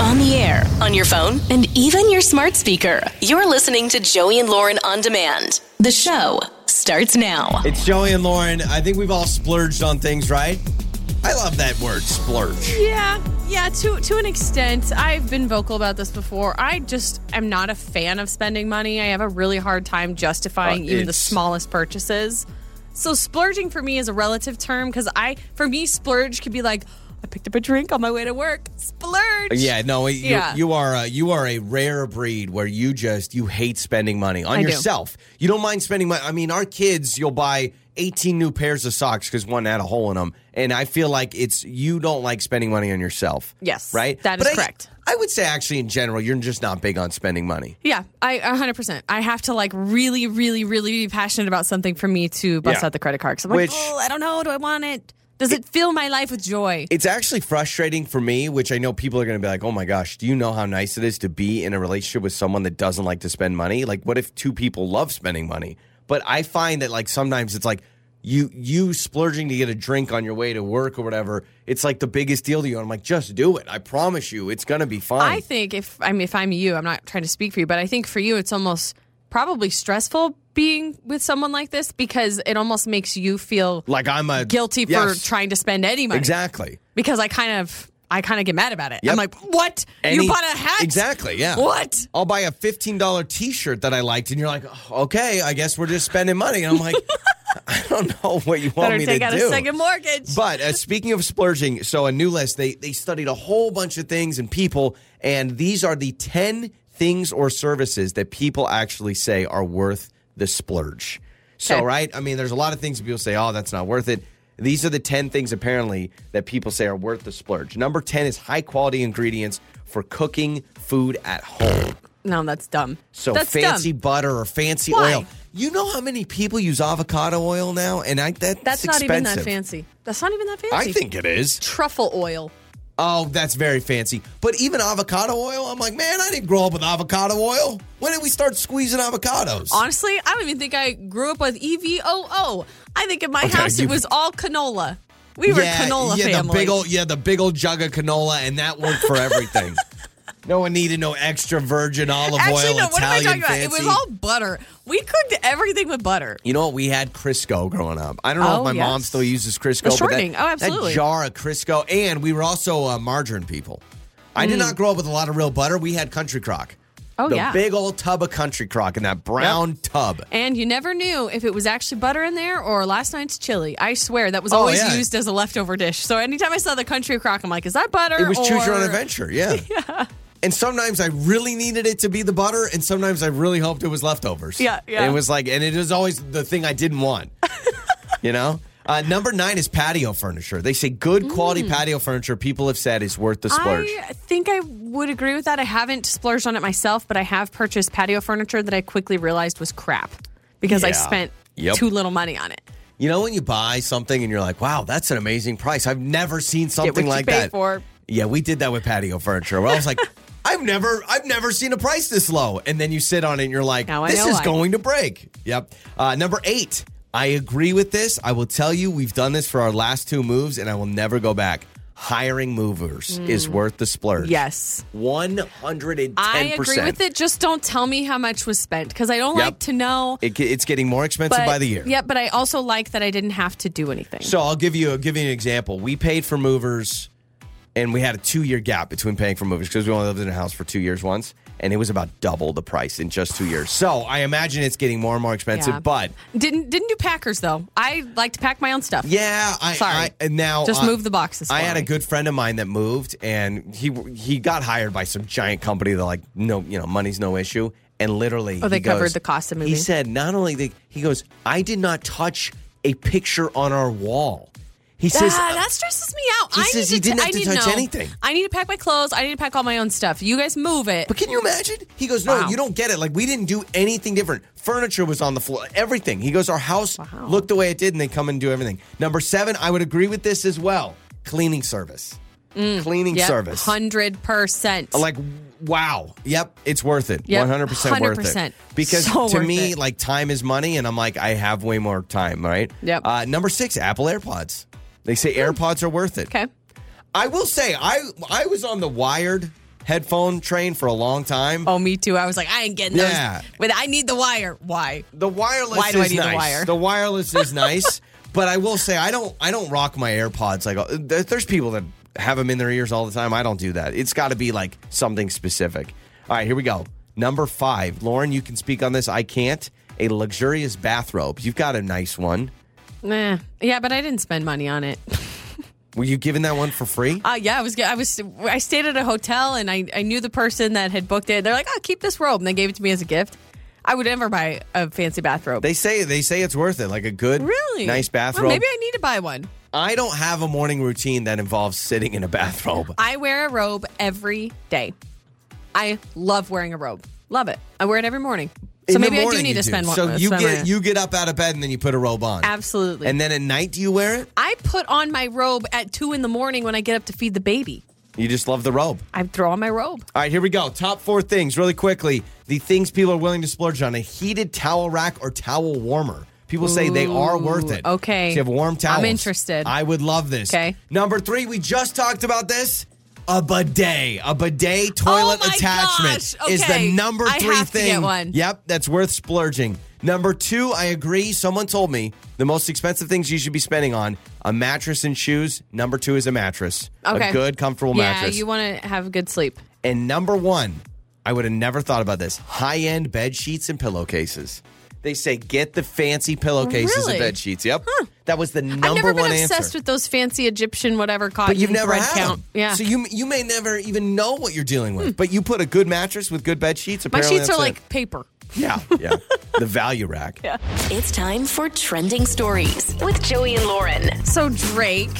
on the air, on your phone, and even your smart speaker. You're listening to Joey and Lauren on demand. The show starts now. It's Joey and Lauren. I think we've all splurged on things, right? I love that word, splurge. Yeah, yeah, to to an extent. I've been vocal about this before. I just am not a fan of spending money. I have a really hard time justifying Uh, even the it's- smallest purchases. So splurging for me is a relative term because I for me splurge could be like I picked up a drink on my way to work. Splurge. Yeah, no, you, Yeah. you are a, you are a rare breed where you just you hate spending money on I do. yourself. You don't mind spending money. I mean, our kids, you'll buy 18 new pairs of socks because one had a hole in them, and I feel like it's you don't like spending money on yourself. Yes, right. that But is I- correct. I would say actually, in general, you're just not big on spending money. Yeah, I 100%. I have to like really really really be passionate about something for me to bust Yeah. out the credit card. i I'm Which- like, "Oh, I don't know, do I want it? Does it, fill my life with joy?" it's actually frustrating for me, which I know people are going to be like, "Oh my gosh, do you know how nice it is to be in a relationship with someone that doesn't like to spend money? Like what if two people love spending money?" But I find that like sometimes it's like you you splurging to get a drink on your way to work or whatever, it's like the biggest deal to you. And I'm like, "Just do it. I promise you, it's going to be fine." I think if I mean if I'm you, I'm not trying to speak for you, but I think for you it's almost probably stressful being with someone like this because it almost makes you feel like I'm a guilty for Yes, trying to spend any money. Exactly. Because I kind of I kind of get mad about it. Yep. I'm like, what? Any- you bought a hat? Exactly, yeah. What? I'll buy a $15 t-shirt that I liked and you're like, "Oh, "Okay, I guess we're just spending money." And I'm like, "I don't know what you want Better me take to out do." a second mortgage. But uh, speaking of splurging, so a new list, they they studied a whole bunch of things and people, and these are the ten things or services that people actually say are worth the splurge. So Okay. right, I mean, there's a lot of things that people say, oh, that's not worth it. These are the ten things apparently that people say are worth the splurge. Number ten is high quality ingredients for cooking food at home. no, that's dumb. So that's fancy dumb. butter or fancy Why? oil. You know how many people use avocado oil now, and I that's, That's not expensive. even that fancy. That's not even that fancy. I think it is. truffle oil. Oh, that's very fancy. But even avocado oil, I'm like, man, I didn't grow up with avocado oil. When did we start squeezing avocados? Honestly, I don't even think I grew up with E EVOO. I think in my Okay, house you- it was all canola. We were canola yeah, the family. big old, yeah, the big old jug of canola, and that worked for everything. no one needed no extra virgin olive Actually, oil. no. What am I Italian talking about? It fancy. was all butter. We cooked everything with butter. You know what? We had Crisco growing up. I don't know Oh, if my mom yes. still uses Crisco. The but that- shortening. Oh, That absolutely. jar of Crisco, and we were also uh, margarine people. I did not grow up with a lot of real butter. We had Country Crock. Hmm. Oh, the yeah. big old tub of Country Crock in that brown tub. And you never knew if it was actually butter in there or last night's chili. I swear that was Oh, always yeah. used as a leftover dish. So anytime I saw the country crock, I'm like, is that butter? It was choose your own or- adventure, yeah. And sometimes I really needed it to be the butter, and sometimes I really hoped it was leftovers. Yeah, yeah. it was like, and it is always the thing I didn't want. you know. Uh, number nine is patio furniture. They say good quality patio furniture. People have said is worth the splurge. Mm. I think I would agree with that. I haven't splurged on it myself, but I have purchased patio furniture that I quickly realized was crap because I Yeah. spent Yep. too little money on it. you know when you buy something and you're like, wow, that's an amazing price. I've never seen something you like pay that. for. Yeah, we did that with patio furniture. Where I was like. I've never, I've never seen a price this low, and then you sit on it and you're like, Now I "This know is why. going to break." Yep. Uh, number eight, I agree with this. I will tell you, we've done this for our last two moves, and I will never go back. Hiring movers is worth the splurge. Hmm. Yes. one hundred and I ten agree percent. with it. Just don't tell me how much was spent because I don't Yep. like to know. It, ge- it's getting more expensive by the year. Yeah, but I also like that I didn't have to do anything. So I'll give you I'll give you an example. We paid for movers, and we had a two year gap between paying for movers because we only lived in a house for two years once, and it was about double the price in just two years. So I imagine it's getting more and more expensive. Yeah. But didn't didn't do packers though. I like to pack my own stuff. yeah, I, Sorry. I- and now Just uh, move the boxes. I for had a me. good friend of mine that moved, and he he got hired by some giant company that like no you know money's no issue, and literally Oh, they he goes- covered the cost of He moving. said not only the, he goes, I did not touch a picture on our wall. He Ah, says that stresses me out. He I says need he to didn't t- have to I need touch know. anything. I need to pack my clothes. I need to pack all my own stuff. You guys move it. But can you imagine? He goes, No, Wow. you don't get it. Like, we didn't do anything different. Furniture was on the floor, everything. He goes, Our house looked the way it did, and they come and do everything. Number seven, I would agree with this as well cleaning service. Mm. Cleaning service. Hundred percent. like, wow. Yep, it's worth it. Yep, 100%, worth it. 100%. Because So to worth me, it. like, time is money, and I'm like, I have way more time, right? Yep. Mm. Uh, number six, Apple AirPods. They say AirPods are worth it. okay. I will say I I was on the Wired headphone train for a long time. Oh, me too. I was like, I ain't getting Yeah. those. But I need the wire. Why? The wireless Why do I is need the nice. wire? wireless is nice, but I will say I don't I don't rock my AirPods like uh, there- there's people that have them in their ears all the time. I don't do that. It's got to be like something specific. All right, here we go. Number 5. Lauren, you can speak on this. I can't. A luxurious bathrobe. You've got a nice one. Nah. Yeah, but I didn't spend money on it. Were you given that one for free? Uh, yeah, I was. I was. I stayed at a hotel, and I, I knew the person that had booked it. They're like, "Oh, keep this robe," and they gave it to me as a gift. I would never buy a fancy bathrobe. They say they say it's worth it. Like a good really nice Well, bathrobe. maybe I need to buy one. I don't have a morning routine that involves sitting in a bathrobe. I wear a robe every day. I love wearing a robe. Love it. I wear it every morning. So In the maybe I do morning need you to spend one. So you spend get money. you get up out of bed and then you put a robe on. absolutely. And then at night, do you wear it? I put on my robe at two in the morning when I get up to feed the baby. You just love the robe. I throw on my robe. All right, here we go. Top four things, really quickly. The things people are willing to splurge on: a heated towel rack or towel warmer. People say they are worth it. Ooh, okay. so you have warm I'm towels. interested. I would love this. Okay. Number three, we just talked about this. A bidet, a bidet toilet Oh my attachment gosh, is the okay. number I three have to thing. get one. Yep, that's worth splurging. Number two, I agree. Someone told me the most expensive things you should be spending on a mattress and shoes. Number two is a mattress, Okay. a good, comfortable yeah, mattress. you want to have good sleep. And number one, I would have never thought about this high end bed sheets and pillowcases. They say get the fancy pillowcases Really? and bed sheets. Yep. That was the number I've never been one obsessed answer. with those fancy Egyptian whatever cotton. but you've never thread had count. them. Yeah. So you you may never even know what you're dealing with. But you put a good mattress with good bed sheets. my Apparently sheets are that's it. like paper. yeah, yeah. the value rack. Yeah. It's time for trending stories with Joey and Lauren. So Drake,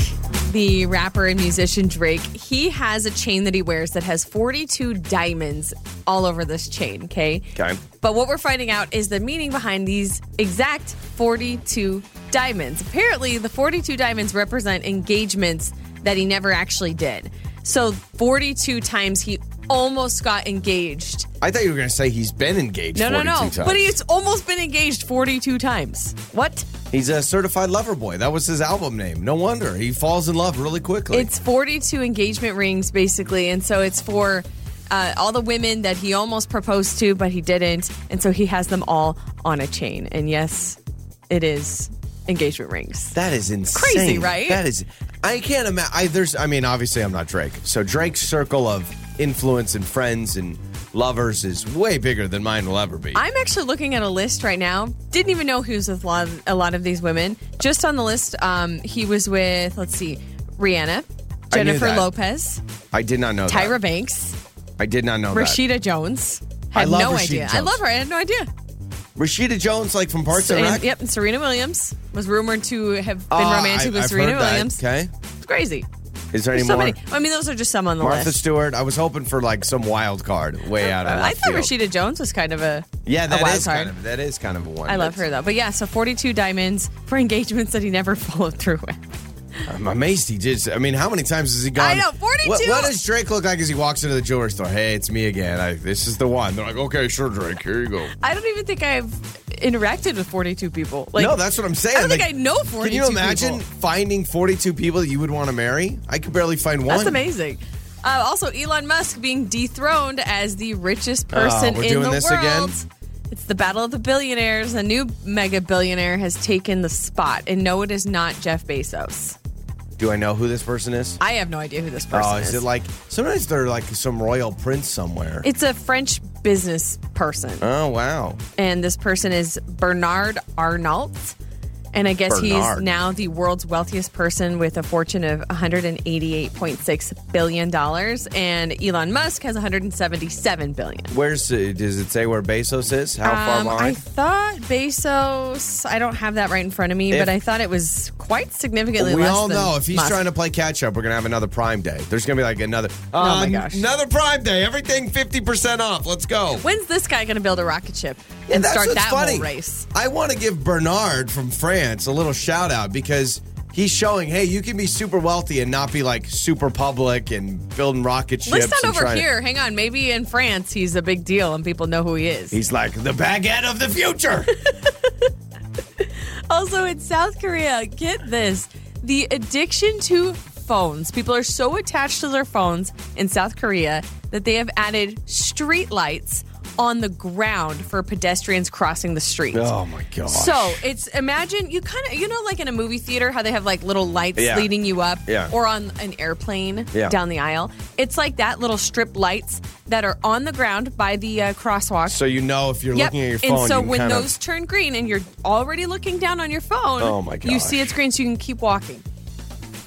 the rapper and musician Drake, he has a chain that he wears that has 42 diamonds all over this chain, okay? Okay. But what we're finding out is the meaning behind these exact 42 diamonds. Apparently, the 42 diamonds represent engagements that he never actually did. So 42 times he almost got engaged. I thought you were gonna say he's been engaged. No, no, 42 no. Times. But he's almost been engaged 42 times. What? he's a certified lover boy. That was his album name. No wonder he falls in love really quickly. It's 42 engagement rings, basically. And so it's for uh, all the women that he almost proposed to, but he didn't. And so he has them all on a chain. And yes, it is engagement rings. That is insane. Crazy, right? That is. I can't imagine. I, there's. I mean, obviously, I'm not Drake. So Drake's circle of influence and friends and lovers is way bigger than mine will ever be. I'm actually looking at a list right now. Didn't even know he was with a lot of, a lot of these women. Just on the list, um, he was with, let's see, Rihanna, I knew Jennifer that. Lopez, I did not know. Tyra That. Banks, I did not know Rashida Jones. I Had love no Rashida idea. I Jones. love her. I had no idea. that. Rashida Jones, like from Parks and, and, Rec. Yep, and Serena Williams was rumored to have been Ah, romantic I- with I've Serena heard that. Williams. Okay. It's crazy. Is there any There's so more? many. I mean, those are just some on the Martha list. Stewart. I was hoping for like some wild card, way out of Uh, I left thought field. Rashida Jones was kind of a Yeah, a that wild is card. kind of that is kind of a one. I love her though. But yeah, so 42 diamonds for engagements that he never followed through with. I'm amazed he did. I mean, how many times has he gone? I know, 42. What, what does Drake look like as he walks into the jewelry store? Hey, it's me again. I, this is the one. They're like, okay, sure, Drake. Here you go. I don't even think I've interacted with 42 people. Like no, that's what I'm saying. I don't think Like, I know 42 Can you imagine people. finding 42 people that you would want to marry? I could barely find one. That's amazing. Uh, also, Elon Musk being dethroned as the richest person Oh, we're in doing the this world. again? It's the battle of the billionaires. A new mega billionaire has taken the spot, and no, it is not Jeff Bezos. Do I know who this person is? I have no idea who this person Oh, is it like sometimes they're like some royal prince somewhere? It's a French business person, oh wow, and this person is Bernard Arnault. And I guess Bernard. he's now the world's wealthiest person with a fortune of 188.6 billion dollars, and Elon Musk has 177 billion. where's uh, does it say where Bezos is? How far Um, I behind? thought Bezos. I don't have that right in front of me, If- but I thought it was quite significantly we less. all than know if he's Musk. trying to play catch up, we're gonna have another Prime Day. There's gonna be like another. Oh my um, gosh. Another Prime Day. Everything fifty percent off. Let's go. When's this guy going to build a rocket ship And and that's start what's that funny. whole race? I want to give Bernard from France a little shout out because he's showing, hey, you can be super wealthy and not be like super public and building rocket ships. Let's and not over trying to- here. Hang on. Maybe in France he's a big deal and people know who he is. He's like the baguette of the future. also in South Korea, get this: the addiction to phones. People are so attached to their phones in South Korea that they have added street lights on the ground for pedestrians crossing the street. Oh my god. So it's imagine you kind of you know like in a movie theater how they have like little lights Yeah. leading you up, Yeah. or on an airplane Yeah. down the aisle. It's like that little strip lights that are on the ground by the uh, crosswalk. So you know if you're Yep. looking at your phone, and so you can when kind of- those turn green and you're already looking down on your phone, Oh my you gosh. see it's green, so you can keep walking,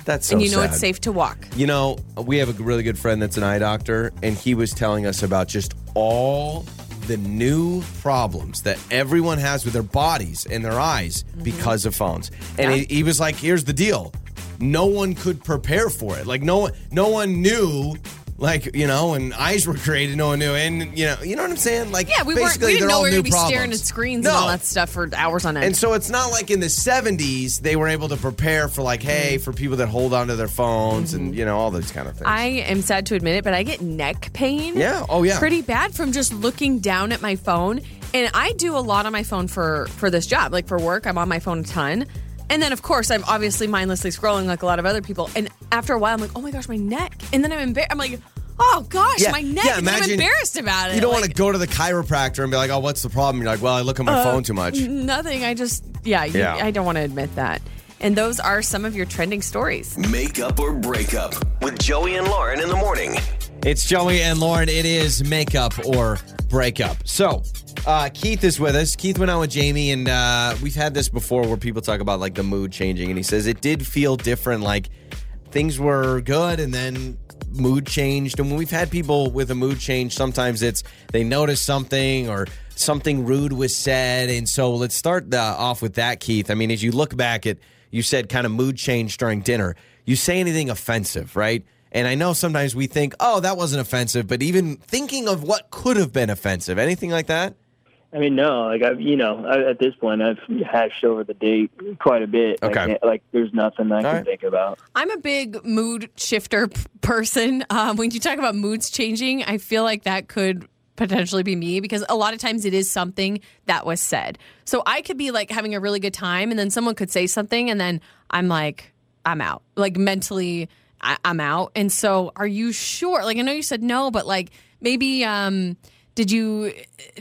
that's so and you know it's sad. safe to walk. You know, we have a really good friend that's an eye doctor, and he was telling us about just all the new problems that everyone has with their bodies and their eyes because of phones. And Mm-hmm. Yeah. he, he was like, "Here's the deal: no one could prepare for it. Like no one, no one knew." Like you know, and eyes were created. No one knew, and you know, you know what I'm saying. Like Yeah, we weren't. basically, We they're didn't know all we new were going to be problems. staring at screens no. and all that stuff for hours on end. And so it's not like in the 70s they were able to prepare for like, hey, for people that hold onto their phones and you know all those kind of things. I am sad to admit it, but I get neck pain. Yeah. Oh, yeah. Pretty bad from just looking down at my phone. And I do a lot on my phone for for this job, like for work. I'm on my phone a ton. And then of course I'm obviously mindlessly scrolling like a lot of other people. And after a while I'm like, oh my gosh, my neck. And then I'm embarrassed. I'm like, oh gosh, my neck. and then I'm embarrassed about it. You don't Like, want to go to the chiropractor and be like, oh, what's the problem? You're like, well, I look at my phone too much. mm-hmm. nothing. I just yeah, you- Yeah. I don't want to admit that. And those are some of your trending stories. Make up or break up with Joey and Lauren in the morning. It's Joey and Lauren. It is makeup or breakup. So, uh, Keith is with us. Keith went out with Jamie, and uh, we've had this before where people talk about like the mood changing, and he says it did feel different. Like things were good, and then mood changed. And when we've had people with a mood change, sometimes it's they notice something or something rude was said. And so, let's start uh, off with that, Keith. I mean, as you look back at, you said kind of mood change during dinner. You say anything offensive, right? And I know sometimes we think, oh, that wasn't offensive, but even thinking of what could have been offensive, anything like that? I mean, no, like I, you know, I, at this point, I've hashed over the date quite a bit. Like, Okay. eh, like there's nothing I can right. think about. I'm a big mood shifter p- person. Um, when you talk about moods changing, I feel like that could potentially be me because a lot of times it is something that was said. So I could be like having a really good time, and then someone could say something, and then I'm like, I'm out. Like mentally, I- I'm out. And so, are you sure? Like, I know you said no, but like maybe. Um, did you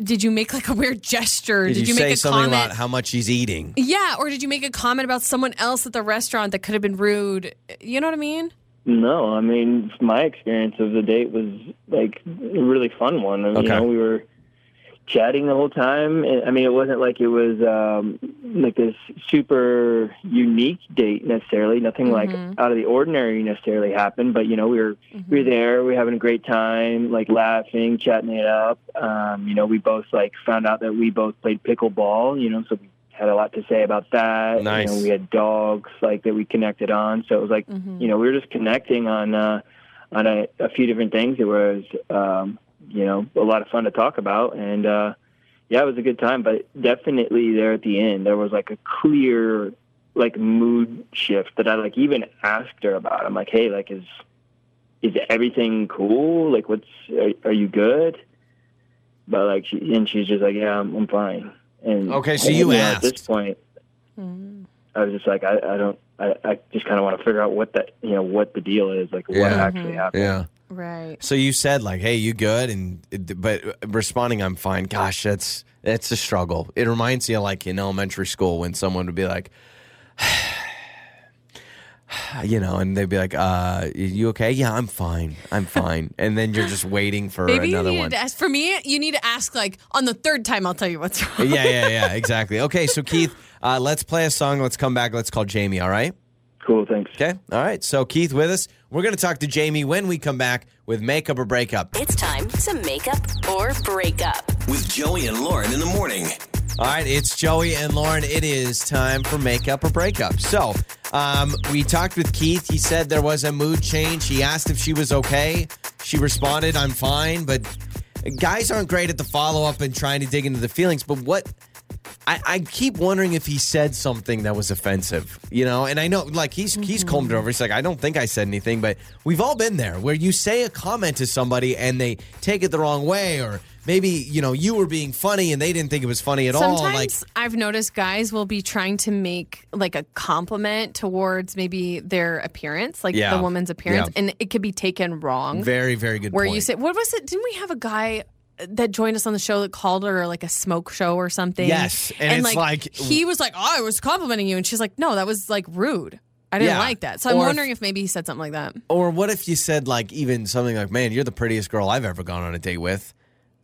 did you make like a weird gesture? Did, you, say make a something comment? about how much he's eating? yeah, or did you make a comment about someone else at the restaurant that could have been rude? You know what I mean? No, I mean, my experience of the date was like a really fun one. I mean, Okay. You know, we were chatting the whole time. and- I mean, it wasn't like it was um, like this super unique date necessarily. Nothing like out of the ordinary necessarily happened. But you know, we were Mm-hmm. Mm-hmm. we were there. We were having a great time, like laughing, chatting it up. Um, you know, we both like found out that we both played pickleball. You know, so we had a lot to say about that. Nice. You know, we had dogs like that we connected on. So it was like you know, we were just connecting on uh, on a, a few different things. It was um, you know a lot of fun to talk about, and uh, yeah, it was a good time. But definitely there at the end, there was like a clear like mood shift that I like even asked her about. I'm like, hey, like is is everything cool? Like, what's are, are you good? But like, she, and she's just like, yeah, I'm, I'm fine. And Okay, so and, you know, at this asked. point. Mm-hmm. I was just like, I, I don't, I, I just kind of want to figure out what that, you know, what the deal is, like what Yeah. actually Mm-hmm. happened. Yeah. Right. So you said like, "Hey, you good?" And but responding, "I'm fine." Gosh, that's that's a struggle. It reminds you like in elementary school when someone would be like, you know, and they'd be like, "Uh, you okay?" "Yeah, I'm fine. I'm fine." and then you're just waiting for Maybe you another need one. to ask. For me, you need to ask like on the third time. I'll tell you what's wrong. yeah, yeah, yeah, exactly. Okay, so Keith, uh, let's play a song. Let's come back. Let's call Jamie. All right. Cool, thanks. Okay. All right. So Keith with us. We're gonna talk to Jamie when we come back with makeup or breakup. It's time to make up or break up. With Joey and Lauren in the morning. All right, it's Joey and Lauren. It is time for makeup or breakup. So, um, we talked with Keith. He said there was a mood change. He asked if she was okay. She responded, "I'm fine." But guys aren't great at the follow up and trying to dig into the feelings. But what I, I keep wondering if he said something that was offensive, you know. And I know, like he's he's Mm-hmm. combed it over. He's like, I don't think I said anything, but we've all been there where you say a comment to somebody and they take it the wrong way, or maybe you know you were being funny and they didn't think it was funny at all. Like, Sometimes I've noticed guys will be trying to make like a compliment towards maybe their appearance, like Yeah. the woman's appearance, Yeah. and it could be taken wrong. very, very good. where point. you said, what was it? Didn't we have a guy that joined us on the show that called her like a smoke show or something? Yes, and it's like- he was like, oh, I was complimenting you, and she's like, no, that was like rude. I didn't Yeah. like that. So I'm Or if- wondering if maybe he said something like that. Or what if you said like even something like, "Man, you're the prettiest girl I've ever gone on a date with."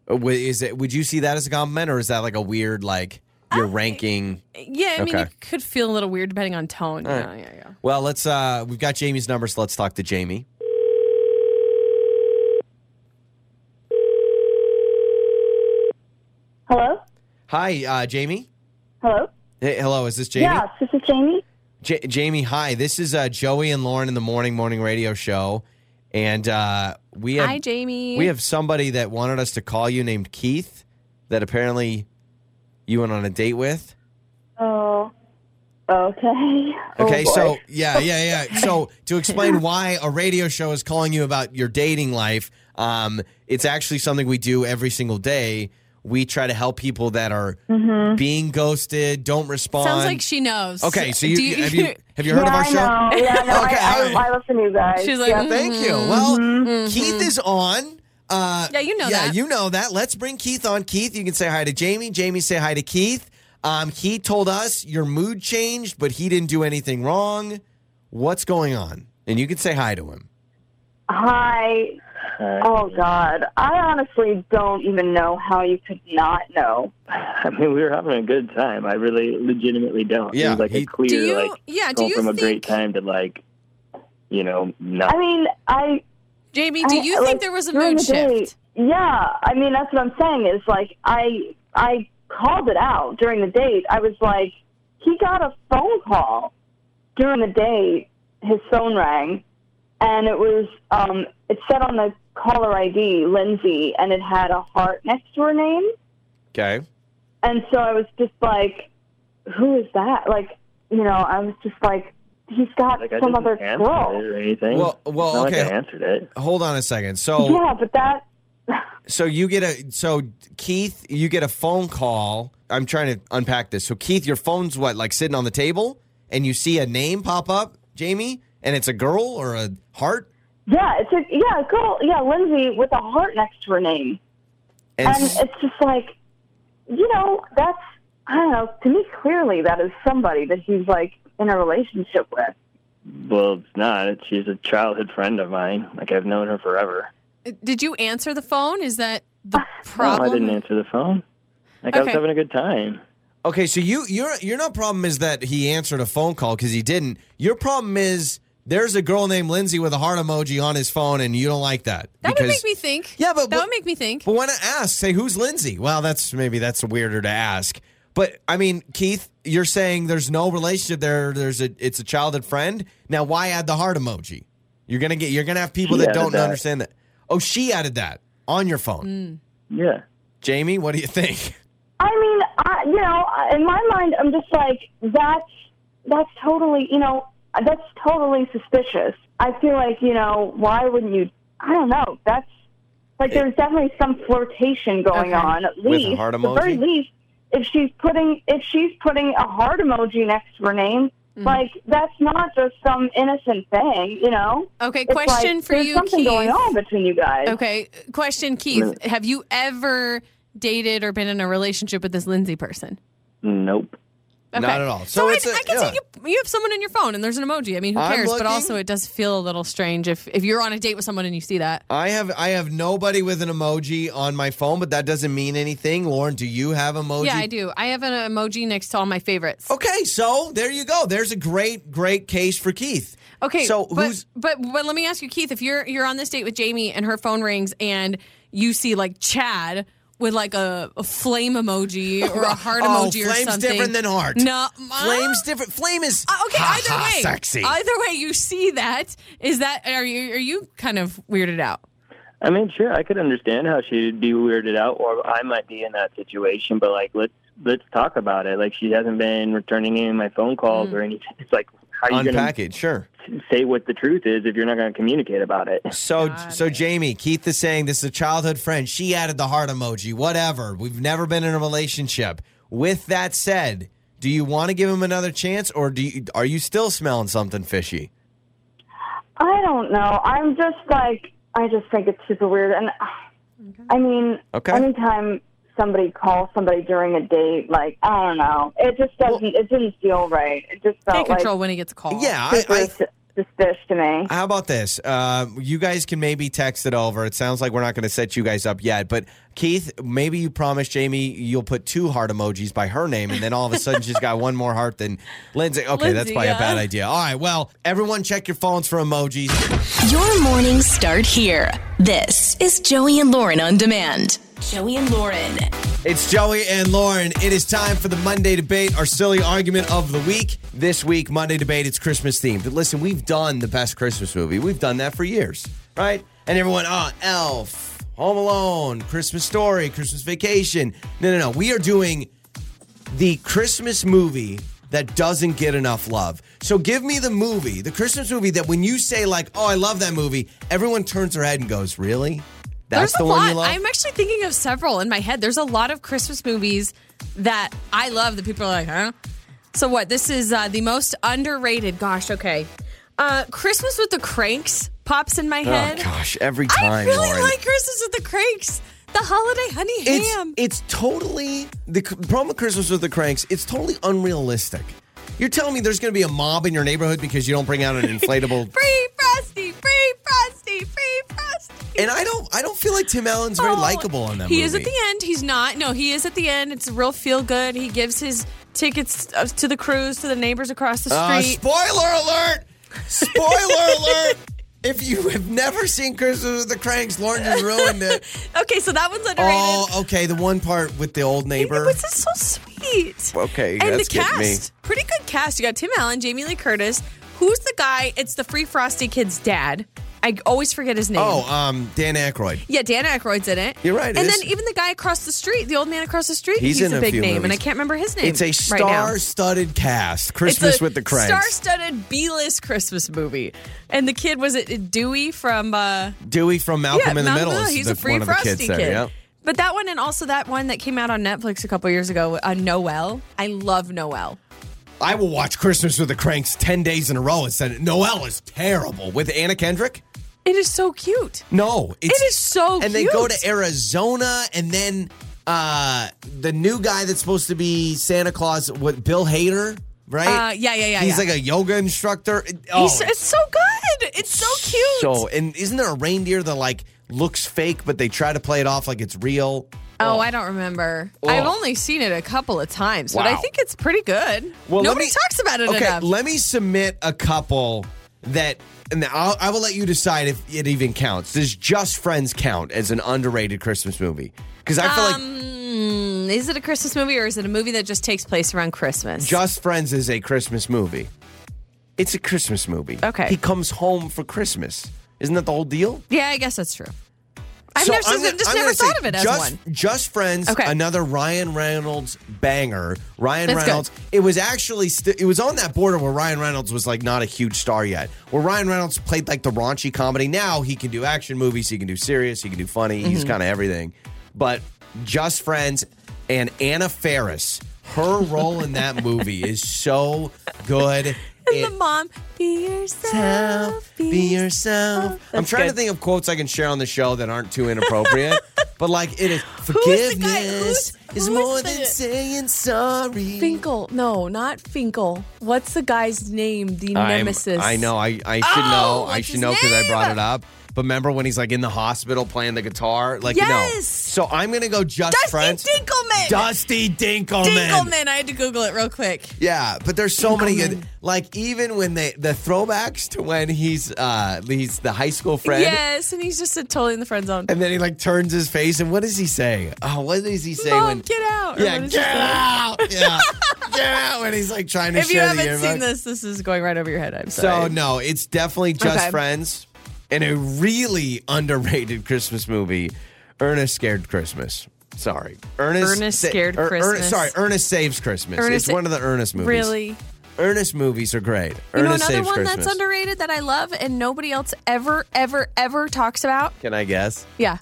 Uh, wh- Is it? Would you see that as a compliment, or is that like a weird like you're ranking? Yeah, I mean, Okay. it could feel a little weird depending on tone. Yeah, yeah, yeah. Well, let's. uh We've got Jamie's number, so let's talk to Jamie. Hello? Hi, uh Jamie. Hello? Hey, hello. Is this Jamie? Yes, this is Jamie. J- Jamie, hi. This is uh, Joey and Lauren in the morning morning radio show, and uh, we have Hi, Jamie. we have somebody that wanted us to call you named Keith that apparently you went on a date with. Oh, okay. Oh, Okay, boy. so yeah, yeah, yeah. So to explain why a radio show is calling you about your dating life, um, it's actually something we do every single day. We try to help people that are Mm-hmm. being ghosted, don't respond. Sounds like she knows. okay, so you, Do have you have you heard yeah, of our I show? Know. Yeah, no, Okay, I, all I, I listen to you guys. She's like, Yeah. mm. Thank you. Well, Keith is on. Uh, Mm-hmm. Yeah, you know yeah, that. you know that. Let's bring Keith on. Keith, you can say hi to Jamie. Jamie, say hi to Keith. Um, he told us your mood changed, but he didn't do anything wrong. What's going on? And you can say hi to him. Hi. Oh, God. I honestly don't even know how you could not know. I mean, we were having a good time. I really legitimately don't. Yeah, it was like he- a clear Do you- like yeah, do going you from a think- great time to like you know not. I mean, I. Jamie, do I- you like, think there was a during mood the day- shift? Yeah, I mean that's what I'm saying is like I I called it out during the date. I was like, he got a phone call during the date. His phone rang, and it was um, it said on the caller ID Lindsay, and it had a heart next to her name. Okay. And so I was just like, who is that? Like, you know, I was just like, he's got like I some didn't other answer girl. it or anything. Well- well, It's not okay. Like I answered it. Hold on a second. So, Yeah, but that so you get a so Keith, you get a phone call. I'm trying to unpack this. So, Keith, your phone's what like sitting on the table, and you see a name pop up, Jamie, and it's a girl or a heart. Yeah, it's a yeah, a girl, yeah, Lindsay with a heart next to her name, and s- it's just like, you know, that's I don't know. To me, clearly, that is somebody that he's like in a relationship with. Well, it's not. It's, she's a childhood friend of mine. Like I've known her forever. Uh, Did you answer the phone? Is that the Uh, No, Oh, I problem? didn't answer the phone. Like I was Okay. having a good time. Okay, so you your your no problem is that he answered a phone call because he didn't. Your problem is there's a girl named Lindsay with a heart emoji on his phone, and you don't like that. That would because, make me think. Yeah, but- that but- would make me think. But when I ask, say who's Lindsay? Well, that's maybe that's weirder to ask. But I mean, Keith, you're saying there's no relationship there. There's a it's a childhood friend. Now, why add the heart emoji? You're gonna get you're gonna have people She that added don't that. understand that. Oh, she added that on your phone, Mm. Yeah. Jamie. What do you think? I mean, I, you know, I- in my mind, I'm just like that's that's totally, you know, that's totally suspicious. I feel like, you know, why wouldn't you? I don't know. That's like there's definitely some flirtation going Okay. on. At With a least, heart at the very emoji? least, if she's putting if she's putting a heart emoji next to her name, Mm-hmm. like that's not just some innocent thing, you know. Okay, It's like, question for there's you, something going Keith. on between you guys. Okay, question, Keith. Have you ever dated or been in a relationship with this Lindsay person? Nope. Okay. Not at all. So So, I- it's a- I can yeah. see you, you have someone in your phone and there's an emoji. I mean, who I'm cares? But looking. also, it does feel a little strange if, if you're on a date with someone and you see that. I have I have nobody with an emoji on my phone, but that doesn't mean anything. Lauren, Oh, do you Oh, have emoji? Yeah, I do. I have an emoji next to all my favorites. Okay, so there you go. There's a great great case for Keith. Okay. so but, who's but but let me ask you, Keith, if you're you're on this date with Jamie and her phone rings and you see like Chad with like a, a flame emoji or a heart Oh, emoji or flame's something. different than heart. No, Flame's different. Flame is Uh, okay, ha, either ha, way, sexy. either way, you see that is that are you are you kind of weirded out? I mean, sure, I could understand how she'd be weirded out, or I might be in that situation. Mm. But like, let's let's talk about it. Like, she hasn't been returning any of my phone calls or anything. It's like, how are you Unpack going it, sure. to say what the truth is if you're not going to communicate about it? So, so Jamie, Keith is saying this is a childhood friend. She added the heart emoji. Whatever. We've never been in a relationship. With that said, do you want to give him another chance, or do you, are you still smelling something fishy? I don't know. I'm just like I just think it's super weird, and I mean, Okay. anytime somebody calls somebody during a date, like I don't know, it just doesn't. it didn't feel right. It just Take felt like control when he gets a call. Yeah, I, this I, was just fish to me. How about this? Uh, you guys can maybe text it over. It sounds like we're not going to set you guys up yet, but Keith, maybe you promise Jamie you'll put two heart emojis by her name, and then all of a sudden she's got one more heart than Lindsay. Okay, that's Lindsay, probably yeah. a bad idea. All right, well, everyone check your phones for emojis. Your mornings start here. This is Joey and Lauren on demand. Joey and Lauren. It's Joey and Lauren. It is time for the Monday debate, our silly argument of the week. This week, Monday debate, it's Christmas themed. But listen, we've done the best Christmas movie. We've done that for years, right? And everyone, oh, Elf, Home Alone, Christmas Story, Christmas Vacation. No, no, no. We are doing the Christmas movie that doesn't get enough love. So give me the movie, the Christmas movie that when you say, like, oh, I love that movie, everyone turns their head and goes, really? There's That's the a one lot. you love? I'm actually thinking of several in my head. There's a lot of Christmas movies that I love that people are like, huh? So what? This is uh, the most underrated. Gosh, okay. Uh, Christmas with the Cranks pops in my Oh head. gosh, every time. I really Lauren. like Christmas with the Cranks. The holiday honey it's ham. it's totally the c- problem with Christmas with the Cranks. It's totally unrealistic. You're telling me there's going to be a mob in your neighborhood because you don't bring out an inflatable. free Frosty, free Frosty, free Frosty. and I don't I don't feel like Tim Allen's very Oh, likable in that He movie. is at the end. He's not. No, he is at the end. It's a real feel good. He gives his tickets uh, to the cruise to the neighbors across the Uh, street. spoiler alert! Spoiler alert! If you have never seen Christmas with the Cranks, Lauren just ruined it. okay, so that one's underrated. oh, okay. The one part with the old neighbor. This is so sweet. Okay, and that's the getting cast, me. pretty good cast. You got Tim Allen, Jamie Lee Curtis. Who's the guy? It's the Free Frosty kid's dad. I always forget his name. Oh, um, Dan Aykroyd. Yeah, Dan Aykroyd's in it. You're right, it And is. then even the guy across the street, the old man across the street, He's he's, in a a big few name, and I movies. can't remember his name. It's a right now. star-studded cast. It's Christmas a with the Cranks. Star-studded B-list Christmas movie, and the kid was it Dewey from uh, Dewey from Malcolm yeah, in the Mount Middle. Lulu. is He's the, a free one of the frosty kids kid. there. Yep. But that one and also that one that came out on Netflix a couple years ago, uh, Noel. I love Noel. I will watch Christmas with the Cranks 10 days in a row and said, Noel is terrible. With Anna Kendrick? It is so cute. No. It's, It is so And they go cute. to Arizona, and then uh, the new guy that's supposed to be Santa Claus, what, Bill Hader, right? Uh, yeah, yeah, yeah, He's yeah. like a yoga instructor. It- Oh, He's, it's so good. It's so cute. So, Oh. and isn't there a reindeer that like looks fake, but they try to play it off like it's real? oh, I don't remember. I've only seen it a couple of times, but I Oh. Wow. think it's pretty good. Well, let Nobody me- talks about it Okay, enough. let me submit a couple that, and I'll, I will let you decide if it even counts. Does Just Friends count as an underrated Christmas movie? Because I feel like Mm, is it a Christmas movie or is it a movie that just takes place around Christmas? Just Friends is a Christmas movie. It's a Christmas movie. Okay. He comes home for Christmas. Isn't that the whole deal? yeah, I guess that's true. I've So never, I'm just, gonna- just I'm never gonna say thought of it as just, one. Just Friends, Okay. another Ryan Reynolds banger. Ryan That's good. Reynolds. It was actually st- it was on that border where Ryan Reynolds was like not a huge star yet. Where Ryan Reynolds played like the raunchy comedy. Now he can do action movies. He can do serious. He can do funny. He's Mm-hmm. kind of everything. But Just Friends and Anna Faris, her role in that movie is so good. And It- the mom, be yourself, yourself, Be yourself. I'm That's trying to good. think of quotes I can share on the show that aren't too inappropriate. but like it is the guy- forgiveness who's- is who's more the- than saying sorry. Finkel, no, not Finkel. What's the guy's name? The I'm- nemesis. I know. I, I should Oh, know. I what's should his know because I brought name? it up. But remember when he's like in the hospital playing the guitar? Like no. Yes. So I'm gonna go just Dusty friends. Dinkelman. Dusty Dinkelman. Dinkelman. I had to Google it real quick. Yeah, but there's so many good. Like even when they the throwbacks to when he's uh he's the high school friend. Yes, and he's just totally in the friend zone. And then he like turns his face, and what does he say? Oh, what does he say Mom, when? get out. or yeah, what is get it? out. Yeah, get out. When he's like trying to If you share the haven't seen earbuds. this, this is going right over your head. I'm So sorry. no, it's definitely just Okay. friends, and a really underrated Christmas movie, Ernest Scared Christmas. Sorry, Ernest. Ernest Sa- Scared or Ernest- Christmas. sorry, Ernest Saves Christmas. Ernest- it's one of the Ernest movies. Really? Ernest movies are great. You know Ernest another Saves one Christmas. that's underrated that I love and nobody else ever, ever, ever talks about? Can I guess? Yeah.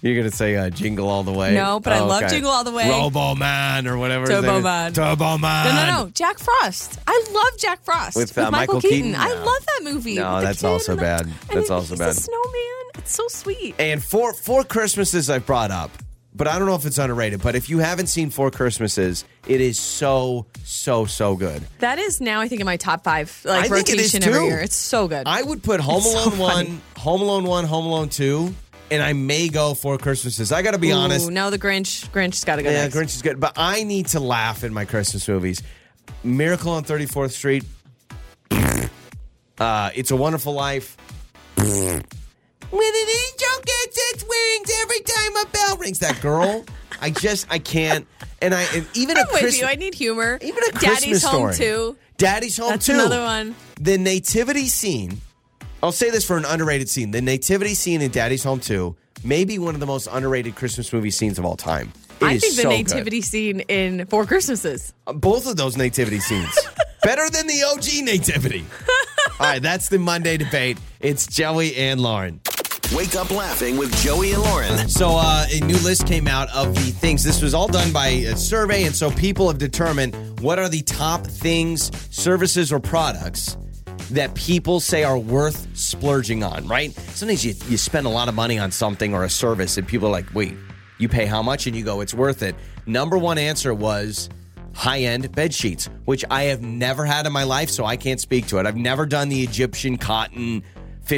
You're gonna say uh, "Jingle All the Way"? Oh, No, but I love Jingle All the Way. Robo Man or whatever. his Turbo name is. Man. Turbo Man. No, no, no. Jack Frost. I love Jack Frost. With, uh, Michael Keaton? I No. love that movie. No, with the that's kid also and the- bad. and That's he- also he's bad. A snowman. It's so sweet. And four four Christmases I brought up, but I don't know if it's underrated. But if you haven't seen Four Christmases, it is so so so good. That is now, I think, in my top five like I think rotation it is every too. year. It's so good. I would put Home It's so Alone one, funny. Home Alone one, Home Alone two, and I may go Four Christmases. I got to be Ooh, honest. No, the Grinch. Grinch's got to go. Yeah, next. Grinch is good, but I need to laugh in my Christmas movies. Miracle on 34th Street. Uh, it's a Wonderful Life. When an angel gets its wings, every time a bell rings, that girl. I just I can't, and I and even a I'm with Christmas, you. I need humor. even a Christmas Daddy's Home story. too. Daddy's home That's too. another one. The nativity scene. I'll say this for an underrated scene. The nativity scene in Daddy's Home 2 may be one of the most underrated Christmas movie scenes of all time. It I is think the so good. Uh, nativity scene in Four Christmases. Both of those nativity scenes. Better than the OG nativity. All right, that's the Monday debate. It's Joey and Lauren. Wake up laughing with Joey and Lauren. So, uh, a new list came out of the things. This was all done by a survey, and so people have determined what are the top things, services, or products that people say are worth splurging on, right? Sometimes you, you spend a lot of money on something or a service, and people are like, wait, you pay how much? And you go, it's worth it. Number one answer was high end bed sheets, which I have never had in my life, so I can't speak to it. I've never done the Egyptian cotton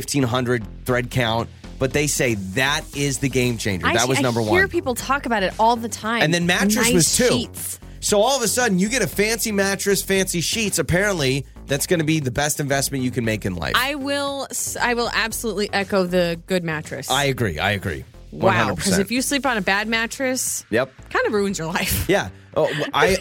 1500 thread count, but they say that is the game changer. I- Oh, that was number I one. Hear people talk about it all the time. and then mattress Nice was two. sheets. So all of a sudden, you get a fancy mattress, fancy sheets. Apparently, that's going to be the best investment you can make in life. I will. I will absolutely echo the good mattress. I agree. I agree. wow. 100%. Because if you sleep on a bad mattress, Yep. kind of ruins your life. Yeah. Oh, I.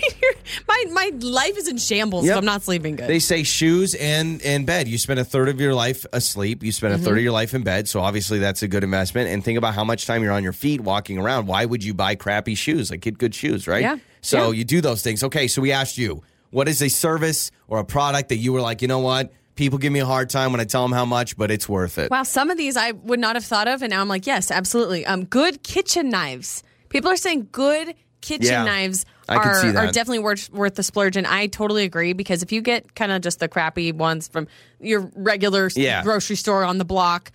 my my life is in shambles. if Yep. I'm not sleeping good. They say shoes and and bed. You spend a third of your life asleep. You spend a third of Mm-hmm. your life in bed. So obviously that's a good investment. And think about how much time you're on your feet walking around. Why would you buy crappy shoes? Like get good shoes, right? Yeah. So Yeah. you do those things. Okay. So we asked you, what is a service or a product that you were like, you know what? People give me a hard time when I tell them how much, but it's worth it. wow. Some of these I would not have thought of, and now I'm like, yes, absolutely. Um, good kitchen knives. People are saying good kitchen Yeah. knives. I can Are, see are that. definitely worth worth the splurge, and I totally agree because if you get kind of just the crappy ones from your regular s- Yeah. grocery store on the block,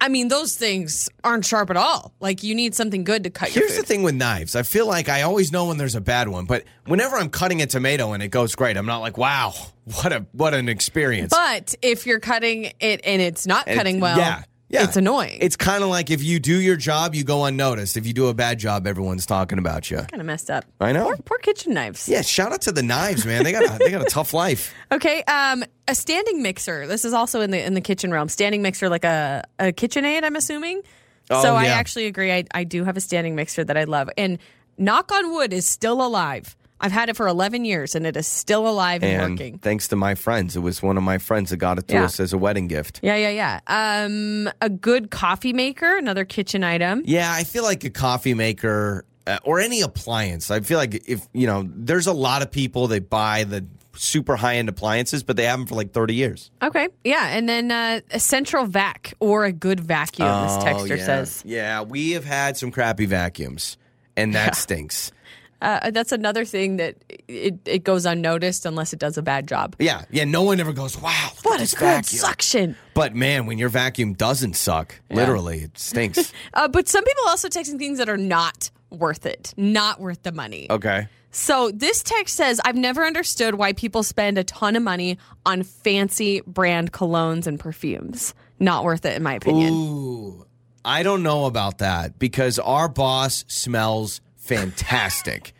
I mean those things aren't sharp at all. Like you need something good to cut your Here's food. the thing with knives. I feel like I always know when there's a bad one, but whenever I'm cutting a tomato and it goes great, I'm not like, wow, what a what an experience. But if you're cutting it and it's not And cutting it's- well, Yeah. Yeah. it's annoying. It's kind of like if you do your job, you go unnoticed. If you do a bad job, everyone's talking about you. kind of messed up. I know. Poor, poor kitchen knives. Yeah, shout out to the knives, man. They got a, they got a tough life. Okay. Um, a standing mixer. This is also in the in the kitchen realm. Standing mixer, like a a KitchenAid. I'm assuming. Oh, so I yeah. actually agree. I I do have a standing mixer that I love, and knock on wood is still alive. I've had it for 11 years, and it is still alive and, And working. thanks to my friends, it was one of my friends that got it to Yeah. us as a wedding gift. Yeah, yeah, yeah. Um, a good coffee maker, another kitchen item. Yeah, I feel like a coffee maker uh, or any appliance. I feel like if, you know, there's a lot of people that buy the super high-end appliances, but they have them for like 30 years. Okay, yeah, and then uh, a central vac or a good vacuum. this texter Oh, yeah. says. Yeah, we have had some crappy vacuums, and that stinks. Uh, that's another thing that it, it goes unnoticed unless it does a bad job. Yeah, yeah. No one ever goes, "Wow, look at What this a good vacuum." suction! But man, when your vacuum doesn't suck, literally, it stinks. Uh, but some people also texting things that are not worth it, not worth the money. okay. So this text says, "I've never understood why people spend a ton of money on fancy brand colognes and perfumes. Not worth it, in my opinion." Ooh, I don't know about that because our boss smells fantastic.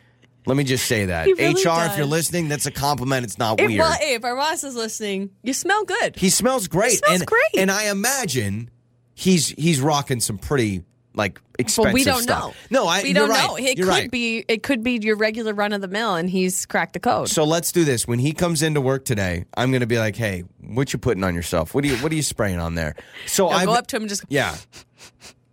Let me just say that. He really HR, if you're does. listening, that's a compliment. It's not If, weird. well, hey, if our boss is listening, you smell good. He smells great. smells and, great. And I imagine he's he's rocking some pretty like expensive Well, we don't stuff. know. No, I we you're don't right. know. It You're could right. be it could be your regular run of the mill, and he's cracked the code. So let's do this. When he comes into work today, I'm going to be like, "Hey, what you putting on yourself? What do you what are you spraying on there?" So I'll I go up to him and just Yeah.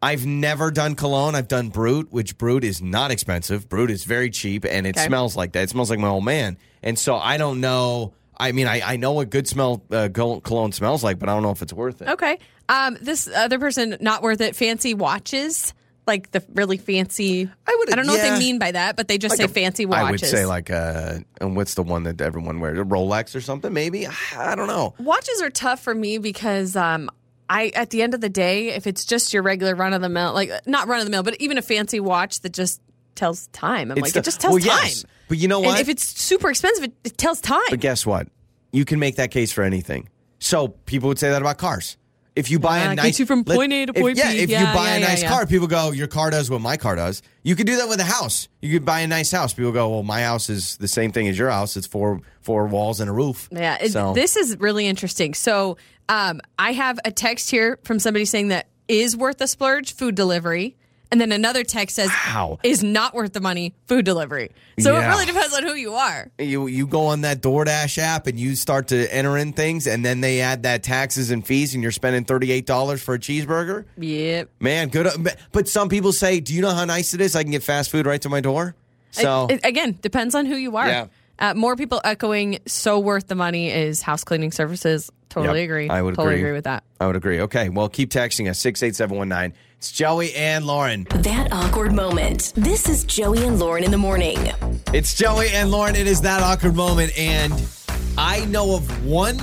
I've never done cologne. I've done Brute, which Brute is not expensive. Brute is very cheap and it Okay. smells like that. It smells like my old man. And so I don't know. I mean, I, I know what good smell uh, col- cologne smells like, but I don't know if it's worth it. Okay. Um, this other person, not worth it. Fancy watches, like the really fancy. I would- I don't know what yeah. they mean by that, but they just say Like a- fancy watches. I would say like uh, and what's the one that everyone wears? A Rolex or something? Maybe I don't know. watches are tough for me because um, I at the end of the day, if it's just your regular run of the mill, like not run of the mill, but even a fancy watch that just tells time. I'm like, the- it just tells well, time. yes, but you know what? And if it's super expensive, it, it tells time. But guess what? You can make that case for anything. So people would say that about cars. If you buy Yeah, a Ah, it gets nice, you from let- point A to if- point yeah, B. if you Yeah, buy yeah, a yeah, nice yeah. car, people go, "Your car does what my car does." You could do that with a house. You could buy a nice house. People go, "Well, my house is the same thing as your house. It's four four walls and a roof." Yeah, it- So- this is really interesting. So, um, I have a text here from somebody saying that is worth a splurge, food delivery. And then another text says, Wow. is not worth the money, food delivery. So Yeah. it really depends on who you are. you you go on that DoorDash app and you start to enter in things, and then they add that taxes and fees, and you're spending thirty eight dollars for a cheeseburger. Yep. Man, good. But some people say, "Do you know how nice it is? I can get fast food right to my door." So It- it- again, depends on who you are. Yeah. Uh, more people echoing, so worth the money is house cleaning services. Totally Yep, agree. I would totally agree. agree with that. I would agree. Okay, well, keep texting us six eight seven one nine. It's Joey and Lauren. That awkward moment. This is Joey and Lauren in the morning. It's Joey and Lauren. It is that awkward moment, and I know of one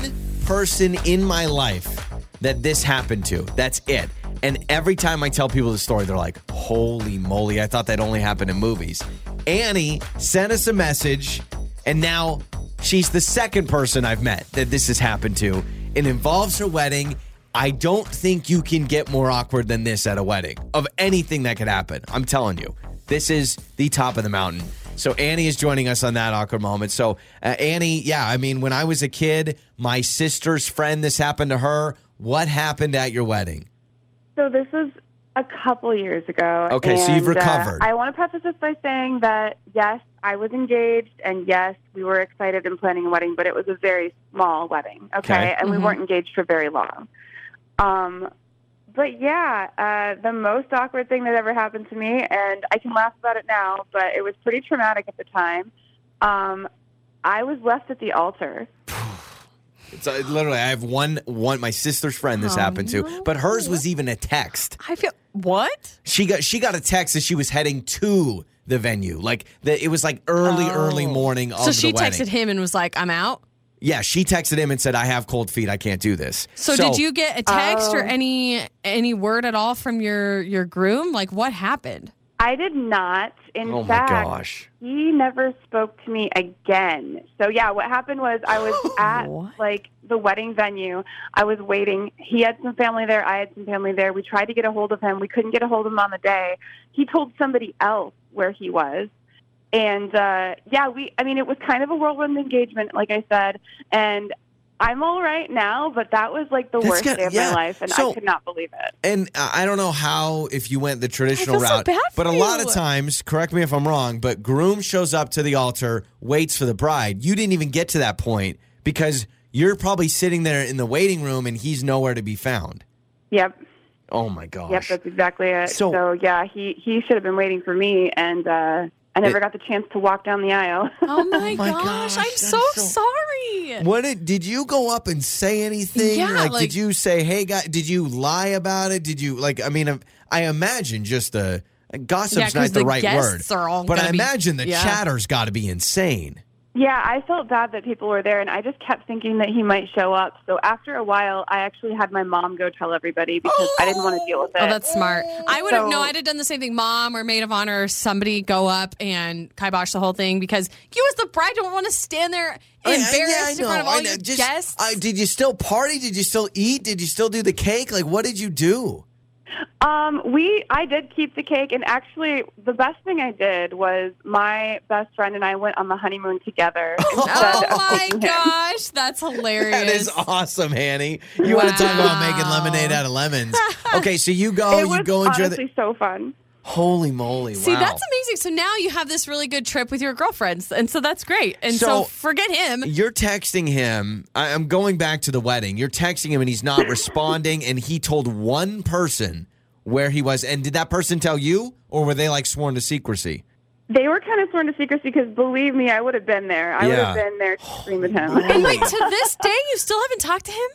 person in my life that this happened to. That's it. And every time I tell people the story, they're like, "Holy moly! I thought that only happened in movies." Annie sent us a message, and now she's the second person I've met that this has happened to. It involves her wedding. I don't think you can get more awkward than this at a wedding of anything that could happen. I'm telling you, this is the top of the mountain. So Annie is joining us on that awkward moment. So uh, Annie, yeah, I mean, when I was a kid, my sister's friend, this happened to her. What happened at your wedding? So this was a couple years ago. Okay, so you've and, uh, recovered. I want to preface this by saying that yes, I was engaged, and yes, we were excited and planning a wedding, but it was a very small wedding. Okay. Okay, Mm-hmm. and we weren't engaged for very long. Um, but yeah, uh, the most awkward thing that ever happened to me, and I can laugh about it now, but it was pretty traumatic at the time. Um, I was left at the altar. It's uh, literally, I have one, one, my sister's friend Oh, this happened to, but hers was even a text. I feel what? She got she got a text that she was heading to the venue. Like the, it was like early, early morning of Oh. So the she wedding. texted him and was like, "I'm out." Yeah, she texted him and said, "I have cold feet. I can't do this." So, did you get a text or any any word at all from your your groom? Like what happened? I did not. In Oh my fact, gosh. he never spoke to me again. So yeah, what happened was I was at What? like the wedding venue. I was waiting. He had some family there. I had some family there. We tried to get a hold of him. We couldn't get a hold of him on the day. He told somebody else where he was. And uh, yeah, we. I mean, it was kind of a whirlwind engagement, like I said. And I'm all right now, but that was like the That's worst good. day of Yeah. my life, and So- I could not believe it. And uh, I don't know how if you went the traditional I feel so route, bad but a for lot you. of times, correct me if I'm wrong, but groom shows up to the altar, waits for the bride. You didn't even get to that point because you're probably sitting there in the waiting room and he's nowhere to be found. Yep. Oh my Yep, gosh. that's exactly it. So- So, yeah, he he should have been waiting for me, and uh, I never It- got the chance to walk down the aisle. Oh my, my gosh, gosh, I'm that's so, so- sorry. what did, did you go up and say anything? Yeah, like, like- did you say, "Hey, guy"? Did you lie about it? Did you like? I mean, I, I imagine just the gossip's Yeah, 'cause not the, the right word, guests are all but I gonna be- imagine the yeah. chatter's got to be insane. yeah, I felt bad that people were there, and I just kept thinking that he might show up. So after a while, I actually had my mom go tell everybody because I didn't want to deal with it. Oh, that's smart. I would have So- no. I'd have done the same thing. Mom or maid of honor, or somebody go up and kibosh the whole thing because you, as the bride, don't want to stand there I- I- embarrassed yeah, I in front of know, I all know. your Just- guests. I- did you still party? Did you still eat? Did you still do the cake? Like, what did you do? Um, we I did keep the cake, and actually, the best thing I did was my best friend and I went on the honeymoon together. oh instead of my taking him. gosh, that's hilarious. That is awesome, Hanny. You want to talk about making Wow. lemonade out of lemons? Okay, so you go, It you was go enjoy honestly the. so fun. Holy moly! See, wow. that's amazing. So now you have this really good trip with your girlfriends, and so that's great. And So- so, forget him. You're texting him. I, I'm going back to the wedding. You're texting him, and he's not responding. And he told one person where he was. And did that person tell you, or were they like sworn to secrecy? They were kind of sworn to secrecy because, believe me, I would have been there. I would have Yeah. been there to scream at him. And wait, to this day, you still haven't talked to him?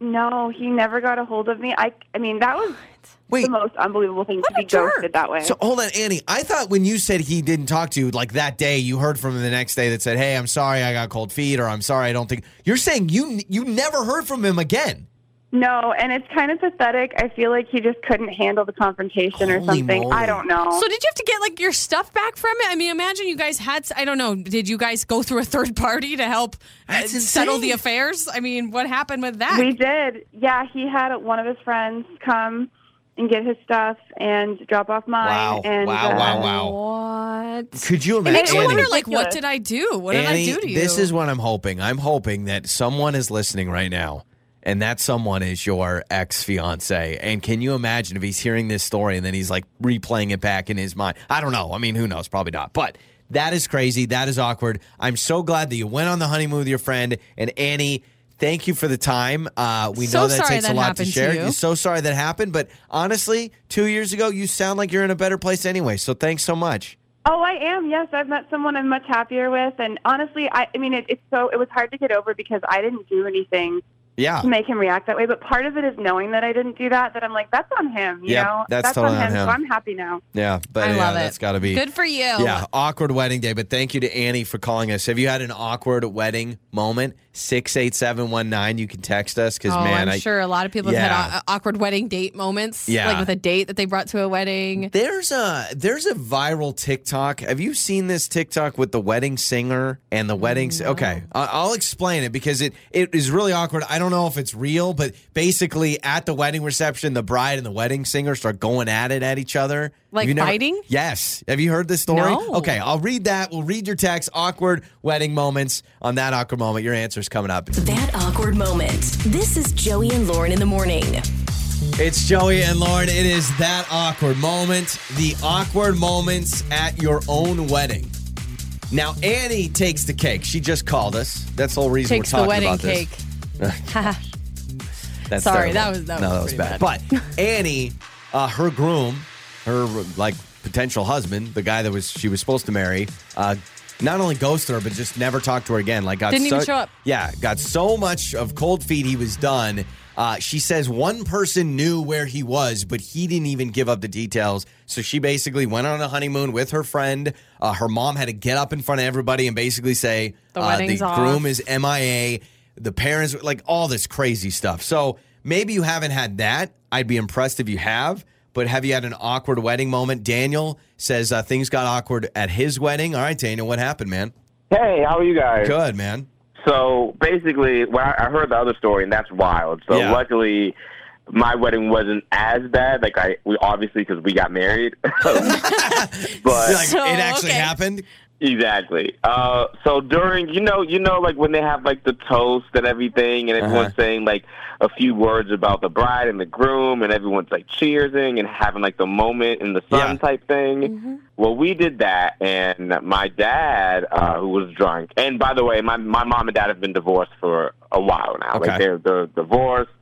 No, he never got a hold of me. I, I mean, that was Wait. the most unbelievable thing to a be jerk. ghosted that way. So hold on, Annie. I thought when you said he didn't talk to you, like that day, you heard from him the next day that said, "Hey, I'm sorry, I got cold feet," or "I'm sorry, I don't think." You're saying you you never heard from him again. no, and it's kind of pathetic. I feel like he just couldn't handle the confrontation or Holy something. moly. I don't know. So did you have to get like your stuff back from it? I mean, imagine you guys had I don't know, did you guys go through a third party to help uh, That's settle the insane. affairs? I mean, what happened with that? we did. Yeah, he had one of his friends come and get his stuff and drop off mine. Wow. And, Wow, uh, wow, wow. What? Could you It makes imagine? you Annie- wonder, like, what Ridiculous. did I do? What Annie, did I do to you? This is what I'm hoping. I'm hoping that someone is listening right now, and that someone is your ex fiance. And can you imagine if he's hearing this story and then he's like replaying it back in his mind? I don't know. I mean, who knows? Probably not. But that is crazy. That is awkward. I'm so glad that you went on the honeymoon with your friend. And Annie, thank you for the time. Uh, we So know that sorry takes that a lot to happened to share. you. You're so sorry that happened. But honestly, two years ago, you sound like you're in a better place anyway. So thanks so much. Oh, I am. Yes, I've met someone I'm much happier with, and honestly, I, I mean, it, it's so it was hard to get over because I didn't do anything Yeah. to make him react that way. But part of it is knowing that I didn't do that. That I'm like, that's on him. You Yeah, know, that's on totally on him. him. So I'm happy now. Yeah. But I yeah, love it. that's got to be. Good for you. Yeah, awkward wedding day. But thank you to Annie for calling us. Have you had an awkward wedding moment? 68719. You can text us because, oh, man, I'm I- sure a lot of people have Yeah. had au- awkward wedding date moments, Yeah. like with a date that they brought to a wedding. there's a there's a viral TikTok. Have you seen this TikTok with the wedding singer and the wedding? s- Okay, I- I'll explain it because it it is really awkward. I don't know if it's real, but basically at the wedding reception, the bride and the wedding singer start going at it at each other. Like Have you never- fighting? Yes. Have you heard this story? No. Okay, I'll read that. We'll read your text. Awkward wedding moments. On that awkward moment, your answer's coming up. That awkward moment. This is Joey and Lauren in the morning. It's Joey and Lauren. It is that awkward moment, the awkward moments at your own wedding. Now, Annie takes the cake. She just called us. That's the whole reason Takes we're the talking wedding about cake. this. That's Sorry, terrible. that was- that no, was that pretty was bad. But Annie, uh, her groom, her like potential husband, the guy that was she was supposed to marry, uh, not only ghosted her but just never talked to her again. Like got Didn't even so- show up. yeah, got so much of cold feet he was done. Uh, she says one person knew where he was, but he didn't even give up the details. So she basically went on a honeymoon with her friend. Uh, her mom had to get up in front of everybody and basically say, The uh, wedding's the off. groom is MIA. The parents, like all this crazy stuff. So maybe you haven't had that. I'd be impressed if you have. But have you had an awkward wedding moment? Daniel says uh, things got awkward at his wedding. All right, Daniel, what happened, man? Hey, how are you guys? Good, man. So basically, well, I I heard the other story, and that's wild. So Yeah. luckily, my wedding wasn't as bad. Like I, we obviously because we got married, but You're like, So, it actually okay. happened. exactly. Uh, so during, you know, you know, like when they have like the toast and everything, and Uh-huh. everyone's saying like a few words about the bride and the groom, and everyone's like cheersing and having like the moment in the sun Yeah. type thing. Well, we did that, and my dad, uh, who was drunk, and by the way, my my mom and dad have been divorced for a while now. Okay. Like they're they're divorced.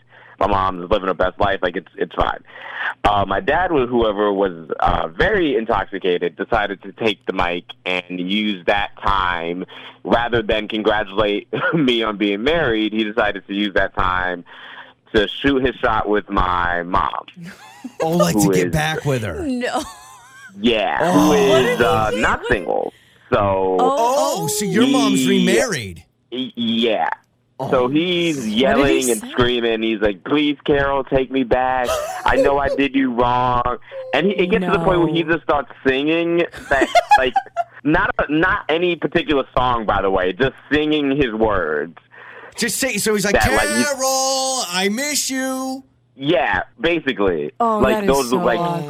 My mom's living her best life. Like it's it's fine. Uh, my dad, was whoever was uh, very intoxicated, decided to take the mic and use that time rather than congratulate me on being married. He decided to use that time to shoot his shot with my mom. Oh, like to Who get is- back with her. No. Yeah, Oh. What who is uh, not single. So Oh, so your mom's Yeah. remarried. y- yeah. Oh, So he's yelling and say? screaming. He's like, "Please, Carol, take me back. I know I did you wrong." And he, it gets to the point where he No. just starts singing that, like, not a, not any particular song, by the way, just singing his words. Just say so. He's like, That, like, you- Carol, I miss you. Yeah, basically, Oh, like that is those so like awkward.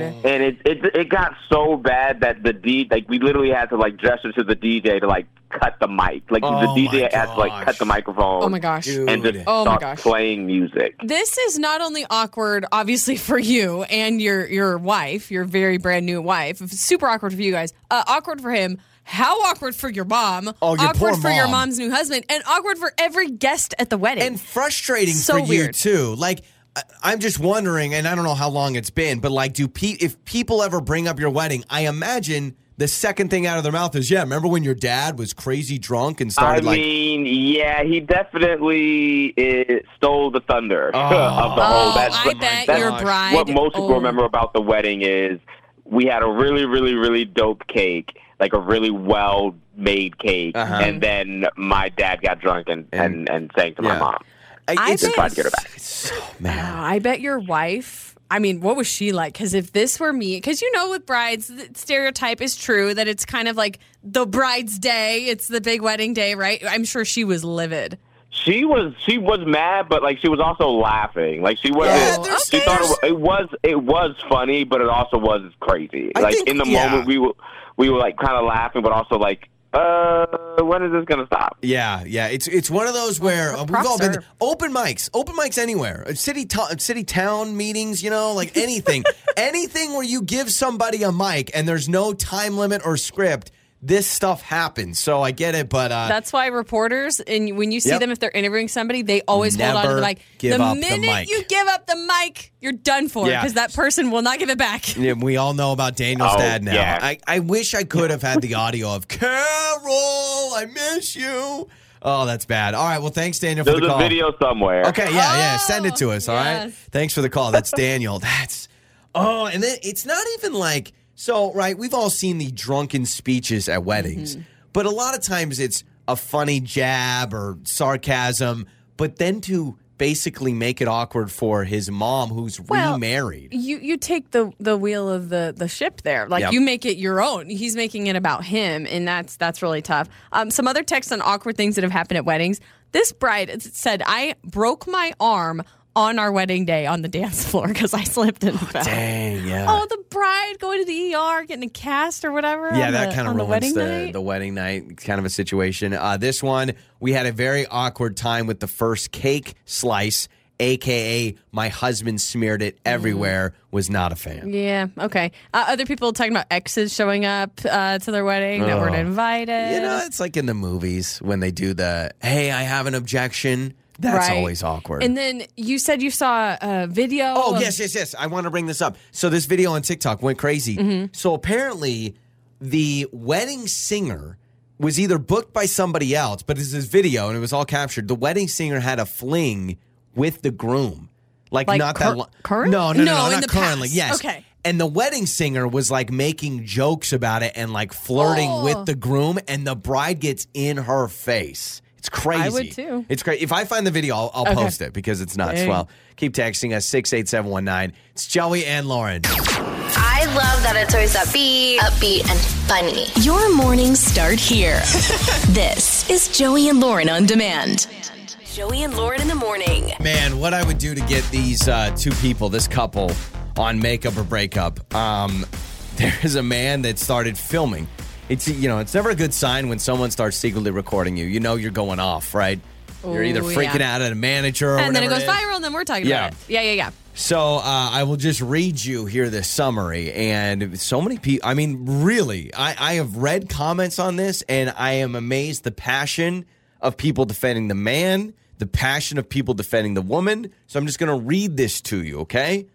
And it, it it got so bad that the D like we literally had to like gesture to the DJ to like cut the mic. Like Oh, the my DJ had to like gosh. cut the microphone. Oh my gosh. Dude. And just Oh, my start gosh. playing music. This is not only awkward, obviously, for you and your your wife, your very brand new wife. It's Super awkward for you guys. Uh, awkward for him. How awkward for your mom. Oh, your awkward poor for your mom. mom's new husband, and awkward for every guest at the wedding. and frustrating So for weird. you too. Like I- I'm just wondering, and I don't know how long it's been, but like, do pe- if people ever bring up your wedding? I imagine the second thing out of their mouth is, yeah, remember when your dad was crazy drunk and started I like mean, yeah, he definitely eh, stole the thunder of the whole. Oh, That's I what, bet that's your what bride- most people oh. remember about the wedding is we had a really, really, really dope cake, like a really well made cake, Uh-huh. and then my dad got drunk and And- and, and, sang to my yeah. mom. I it's, bet- Tried to get her back. it's so mad. Wow, I bet your wife. I mean, what was she like? Because if this were me, because you know, with brides, the stereotype is true that it's kind of like the bride's day. It's the big wedding day, right? I'm sure she was livid. She was she was mad, but like she was also laughing. Like she wasn't. Yeah, there's- she thought it, wa- it was it was funny, but it also was crazy. I like think- in the yeah. moment, we were we were like kind of laughing, but also like, uh, when is this gonna stop? Yeah, yeah. It's it's one of those where uh, we've all been props open mics, open mics anywhere, Uh, city to- city town meetings, you know, like anything, anything where you give somebody a mic and there's no time limit or script. This stuff happens, so I get it, but uh, That's why reporters, and when you see Yep. them if they're interviewing somebody, they always hold on to Never the mic. give the up the minute mic. you give up the mic, you're done for Yeah. because that person will not give it back. Yeah, we all know about Daniel's Oh, dad now. yeah. I, I wish I could have had the audio of Carol. I miss you. Oh, that's bad. All right. Well, thanks, Daniel, for There's the a call. video somewhere. Okay. Yeah. Yeah. Send it to us. All right. Oh, yes. Thanks for the call. That's Daniel. That's oh, and then it's not even like so. Right. We've all seen the drunken speeches at weddings, Mm-hmm. but a lot of times it's a funny jab or sarcasm. But then to basically make it awkward for his mom, who's Well, remarried. You you take the the wheel of the the ship there. Like Yep. you make it your own. He's making it about him, and that's that's really tough. Um, some other texts on awkward things that have happened at weddings. This bride said, "I broke my arm on our wedding day on the dance floor because I slipped Oh, and fell." Dang. Yeah. Oh, the bride going to the ER, getting a cast or whatever. Yeah, on that the- kind of on the ruins wedding the, night. the wedding night kind of a situation. Uh, this one, we had a very awkward time with the first cake slice, aka my husband smeared it Mm-hmm. everywhere. Was not a fan. yeah, okay. Uh, other people talking about exes showing up uh, to their wedding that weren't invited. You know, it's like in the movies when they do the "Hey, I have an objection." That's Right. always awkward. And then you said you saw a video. Oh, of- yes, yes, yes. I want to bring this up. So this video on TikTok went crazy. Mm-hmm. So apparently the wedding singer was either booked by somebody else, but it's this video and it was all captured. The wedding singer had a fling with the groom. Like, Like not cur- that long. current? No, no, no, No, no, in not the currently. past. Yes. Okay. And the wedding singer was like making jokes about it and like flirting Oh. with the groom, and the bride gets in her face. It's crazy. would too. It's crazy. If I find the video, I'll, I'll Okay. post it because it's not Dang. swell. Keep texting us 68719. It's Joey and Lauren. I love that it's always upbeat, upbeat and funny. Your mornings start here. this is Joey and Lauren on demand. Joey and Lauren in the morning. Man, what I would do to get these uh, two people, this couple, on makeup or breakup. Um, there is a man that started filming. It's you know, it's never a good sign when someone starts secretly recording you. You know you're going off, right? you're either Ooh, freaking yeah. out at a manager or and then it whatever goes is. viral, and then we're talking Yeah. about it. Yeah, yeah, yeah. So uh, I will just read you here this summary, and so many people. I mean, really, I, I have read comments on this, and I am amazed the passion of people defending the man, the passion of people defending the woman. So I'm just going to read this to you, okay?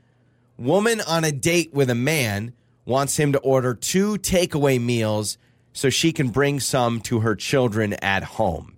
Woman on a date with a man wants him to order two takeaway meals so she can bring some to her children at home.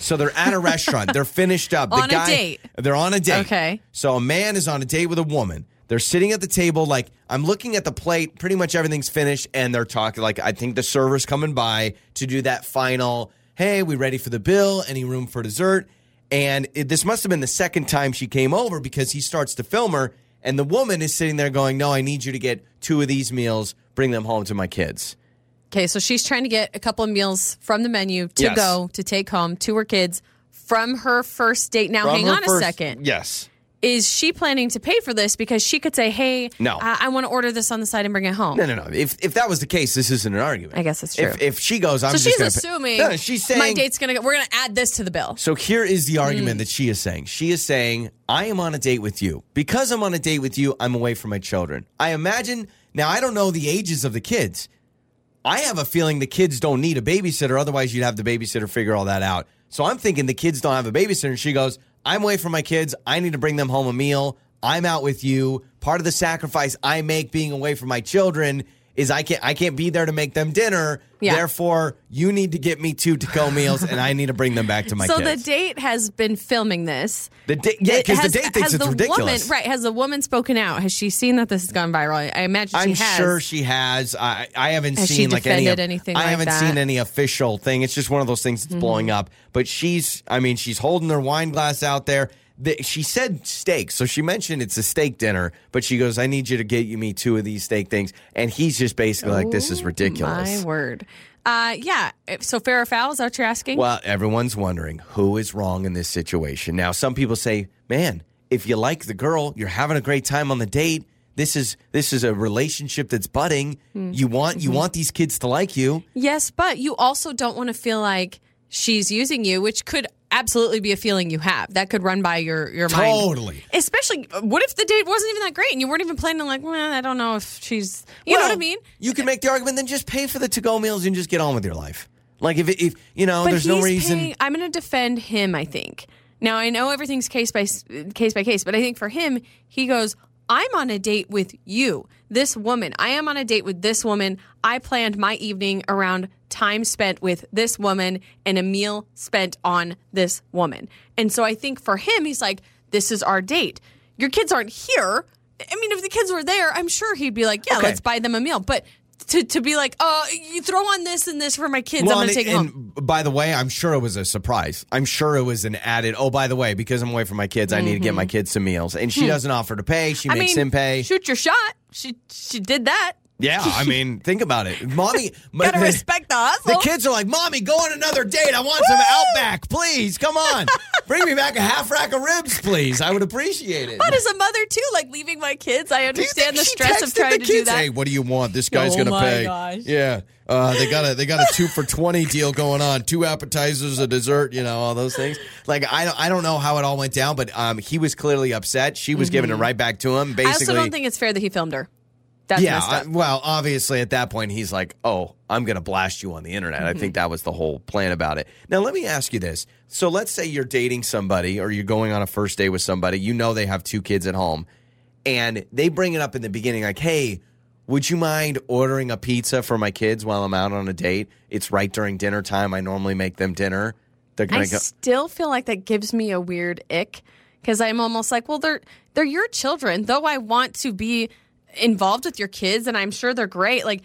So they're at a restaurant. They're finished up. The On a guy- date. They're on a date. Okay. So a man is on a date with a woman. They're sitting at the table, like I'm looking at the plate. Pretty much everything's finished, and they're talking. Like I think the server's coming by to do that final. Hey, we ready for the bill? Any room for dessert? And it, this must have been the second time she came over because he starts to film her, and the woman is sitting there going, "No, I need you to get two of these meals. Bring them home to my kids." Okay, so she's trying to get a couple of meals from the menu to Yes. go to take home to her kids from her first date. Now, From Oh, hang her on a first- second. Yes. Is she planning to pay for this? Because she could say, "Hey, No. I, want to order this on the side and bring it home." No, no, no. If if that was the case, this isn't an argument. I guess that's true. If, if she goes, I'm so just she's gonna pay-" assuming No, she's saying my date's gonna. go We're gonna add this to the bill. So here is the argument that she is saying. She is saying, I am on a date with you. Because I'm on a date with you, I'm away from my children. I imagine, now I don't know the ages of the kids. I have a feeling the kids don't need a babysitter. Otherwise, you'd have the babysitter figure all that out. So I'm thinking the kids don't have a babysitter. And she goes, I'm away from my kids. I need to bring them home a meal. I'm out with you. Part of the sacrifice I make being away from my children is I can't I can't be there to make them dinner. Yeah. Therefore, you need to get me two to-go meals, and I need to bring them back to my so kids. the date has been filming this. The da- yeah, It because the has- date thinks has it's the ridiculous. Woman, right? Has the woman spoken out? Has she seen that this has gone viral? I imagine I'm she has. sure she has. I I haven't Has she seen like any. defended anything I like haven't that? Mm-hmm. seen any official thing. It's just one of those things that's blowing up. But she's. I mean, she's holding her wine glass out there. The, she said steak, so she mentioned it's a steak dinner. But she goes, "I need you to get you me two of these steak things," and he's just basically like, "This is Oh, ridiculous." My word. Uh, yeah. So fair or foul? Is that what you're asking? Well, everyone's wondering who is wrong in this situation. Now, some people say, "Man, if you like the girl, you're having a great time on the date. This is this is a relationship that's budding. Hmm. You want you want these kids to like you." yes, but you also don't want to feel like she's using you, which could absolutely be a feeling you have that could run by your your mind. Totally. Especially, what if the date wasn't even that great and you weren't even planning? Like, well, I don't know if she's. You know what I Well, mean? You can make the argument then just pay for the to-go meals and just get on with your life. Like if it- if you know, But there's no he's reason. paying- I'm going to defend him. I think. Now I know everything's case by s- case by case, but I think for him, he goes. I'm on a date with you, this woman. I am on a date with this woman. I planned my evening around time spent with this woman and a meal spent on this woman. And so I think for him, he's like, this is our date. Your kids aren't here. I mean, if the kids were there, I'm sure he'd be like, yeah, Okay. let's buy them a meal. But to, to be like, oh, you throw on this and this for my kids, I'm and going to take it- it home. and by the way, I'm sure it was a surprise. I'm sure it was an added. Oh, by the way, because I'm away from my kids, I need to get Mm-hmm. my kids some meals, and Hmm. she doesn't offer to pay. She makes him pay. Shoot your shot. She she did that. yeah, I mean, think about it, mommy. my- Gotta respect the hustle. The kids are like, "Mommy, go on another date. I want some Outback, please. Come on, bring me back a half rack of ribs, please. I would appreciate it." But as a mother too, like leaving my kids, I Do you understand the think she stress texted of the trying to do kids, that. Hey, what do you want? This guy's Oh gonna my pay. gosh. Yeah, uh, they got a they got a two for twenty deal going on. Two appetizers, a dessert, you know, all those things. Like I don't I don't know how it all went down, but um, he was clearly upset. She was giving it right back to him. Mm-hmm. I Basically, also don't think it's fair that he filmed her. That's yeah. messed up. I- well, obviously at that point he's like, oh, I'm gonna blast you on the internet. I Mm-hmm. think that was the whole plan about it. Now let me ask you this. So let's say you're dating somebody or you're going on a first date with somebody. You know they have two kids at home and they bring it up in the beginning like hey would you mind ordering a pizza for my kids while i'm out on a date it's right during dinner time i normally make them dinner they're I gonna go still feel like that gives me a weird ick because I'm almost like, well, they're they're your children. Though I want to be involved with your kids, and I'm sure they're great. Like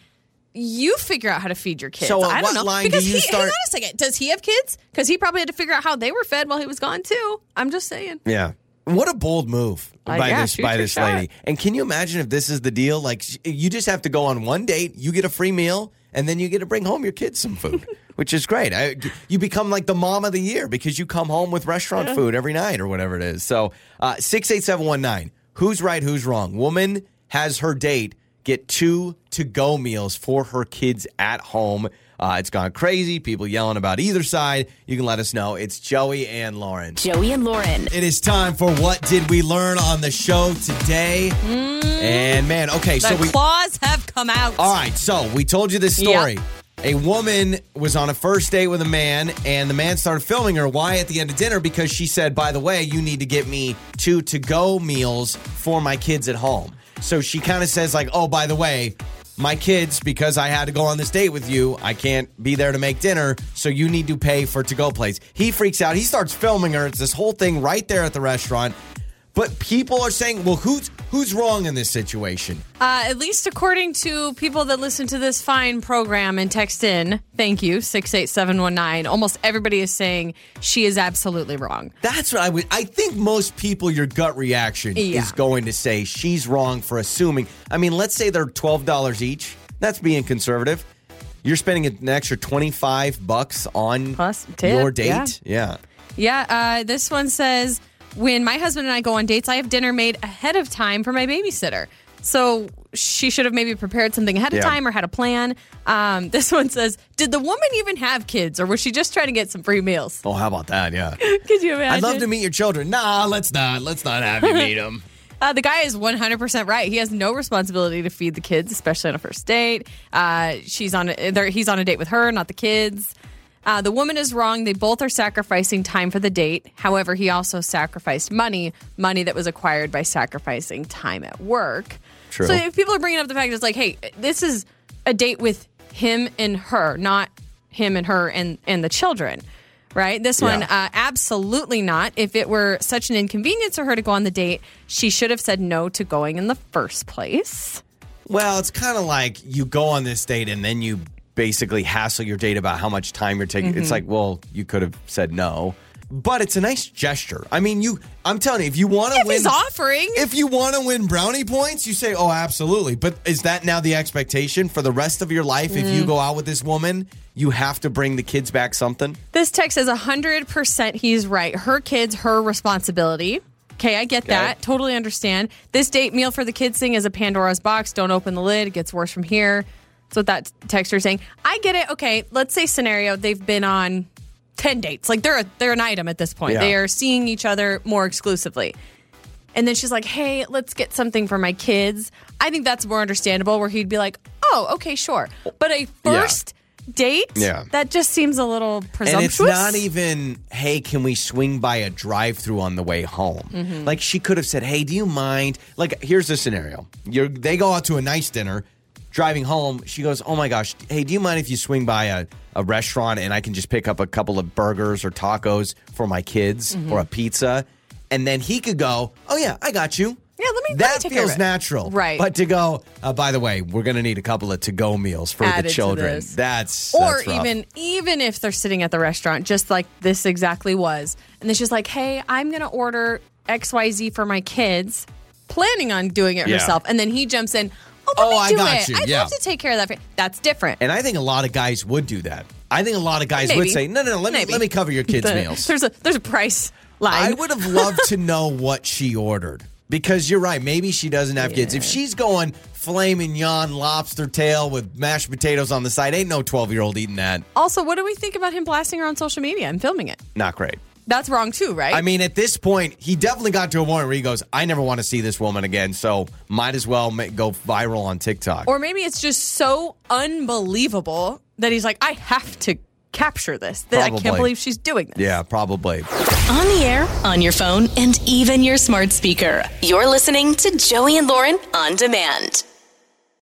you figure out how to feed your kids. So at I don't what know line do because you he, start- hang on a second. Does he have kids? Because he probably had to figure out how they were fed while he was gone too. I'm just saying. yeah what a bold move Uh, by yeah, this shoot by your this shot. lady and can you imagine if this is the deal like sh- you just have to go on one date you get a free meal and then you get to bring home your kids some food which is great I, you become like the mom of the year because you come home with restaurant food every night or whatever it is so uh, 68719 who's right who's wrong woman has her date get two to go meals for her kids at home. Uh, it's gone crazy. People yelling about either side. You can let us know. It's Joey and Lauren. Joey and Lauren. It is time for what did we learn on the show today? And man, okay, The so we claws have come out. all right, so we told you this story. A woman was on a first date with a man, and the man started filming her. Why at the end of dinner? Because she said, "By the way, you need to get me two to-go meals for my kids at home." So she kind of says, "Like, oh, by the way, my kids, because I had to go on this date with you, I can't be there to make dinner, so you need to pay for to-go plates." He freaks out. He starts filming her. It's this whole thing right there at the restaurant. But people are saying, "Well, who's who's wrong in this situation?" Uh, at least according to people that listen to this fine program and text in, thank you, 68719. Almost everybody is saying she is absolutely wrong. That's what I would. I think most people, your gut reaction Yeah. is going to say she's wrong for assuming. I mean, let's say they're twelve dollars each. That's being conservative. You're spending an extra twenty five bucks on Plus tip, your date. yeah. yeah. Yeah, uh, this one says when my husband and I go on dates, I have dinner made ahead of time for my babysitter. So she should have maybe prepared something ahead of Yeah. time or had a plan. Um, this one says, did the woman even have kids or was she just trying to get some free meals? Oh, how about that? Yeah. Could you imagine? I'd love to meet your children. Nah, let's not. Let's not have you meet them. Uh, the guy is 100% right. He has no responsibility to feed the kids, especially on a first date. Uh, she's on a, they're- he's on a date with her, not the kids. Uh, the woman is wrong. They both are sacrificing time for the date. However, he also sacrificed money, money that was acquired by sacrificing time at work. True. So if people are bringing up the fact that it's like, hey, this is a date with him and her, not him and her and and the children. Right? This one, uh, absolutely not. If it were such an inconvenience for her to go on the date, she should have said no to going in the first place. Well, it's kind of like you go on this date and then you basically hassle your date about how much time you're taking. Mm-hmm. It's like, well, you could have said no, but it's a nice gesture. I mean, you, I'm telling you, if you want to If win, he's offering, if you want to win brownie points, you say, oh, absolutely. But is that now the expectation for the rest of your life? If Mm. you go out with this woman, you have to bring the kids back something. This text says 100% he's right. Her kids, her responsibility. Okay, I get that. Totally understand. This date meal for the kids thing is a Pandora's box. Don't open the lid. It gets worse from here. That's what that texter's saying. I get it. Okay, let's say scenario they've been on 10 dates. Like they're a, they're an item at this point. Yeah. They are seeing each other more exclusively. And then she's like, "Hey, let's get something for my kids." I think that's more understandable where he'd be like, "Oh, okay, sure." But a first date? Yeah. That just seems a little presumptuous. And it's not even, hey, can we swing by a drive through on the way home? Mm-hmm. Like she could have said, hey, do you mind? Like, here's the scenario. You're they go out to a nice dinner, driving home, she goes, Oh my gosh, hey, do you mind if you swing by a, a restaurant and I can just pick up a couple of burgers or tacos for my kids Mm-hmm. or a pizza? And then he could go, Oh yeah, I got you. Yeah, let me- let me That take care of feels it. natural. Right. But to go, uh, by the way, we're gonna need a couple of to-go meals for Added the to children. this. That's or that's rough. even even if they're sitting at the restaurant just like this exactly was and then she's like hey i'm gonna order xyz for my kids planning on doing it Yeah. herself and then he jumps in oh, let Oh, me I do got it you. i'd Yeah. love to take care of that for-" that's different And I think a lot of guys would do that. I think a lot of guys Maybe. would say, "No, no, no, let Maybe. me let me cover your kids' The- meals." there's a there's a price line I would have loved to know what she ordered because you're right. Maybe she doesn't have kids. If she's going filet mignon, lobster tail with mashed potatoes on the side, ain't no twelve year old eating that. also what do we think about him blasting her on social media and filming it Not great. that's wrong too right I mean, at this point, he definitely got to a point where he goes, "I never want to see this woman again," so might as well ma- go viral on TikTok. or maybe it's just so unbelievable that he's like i have to capture this that i can't Probably. believe she's doing this yeah, probably. On the air, on your phone, and even your smart speaker. You're listening to Joey and Lauren on demand.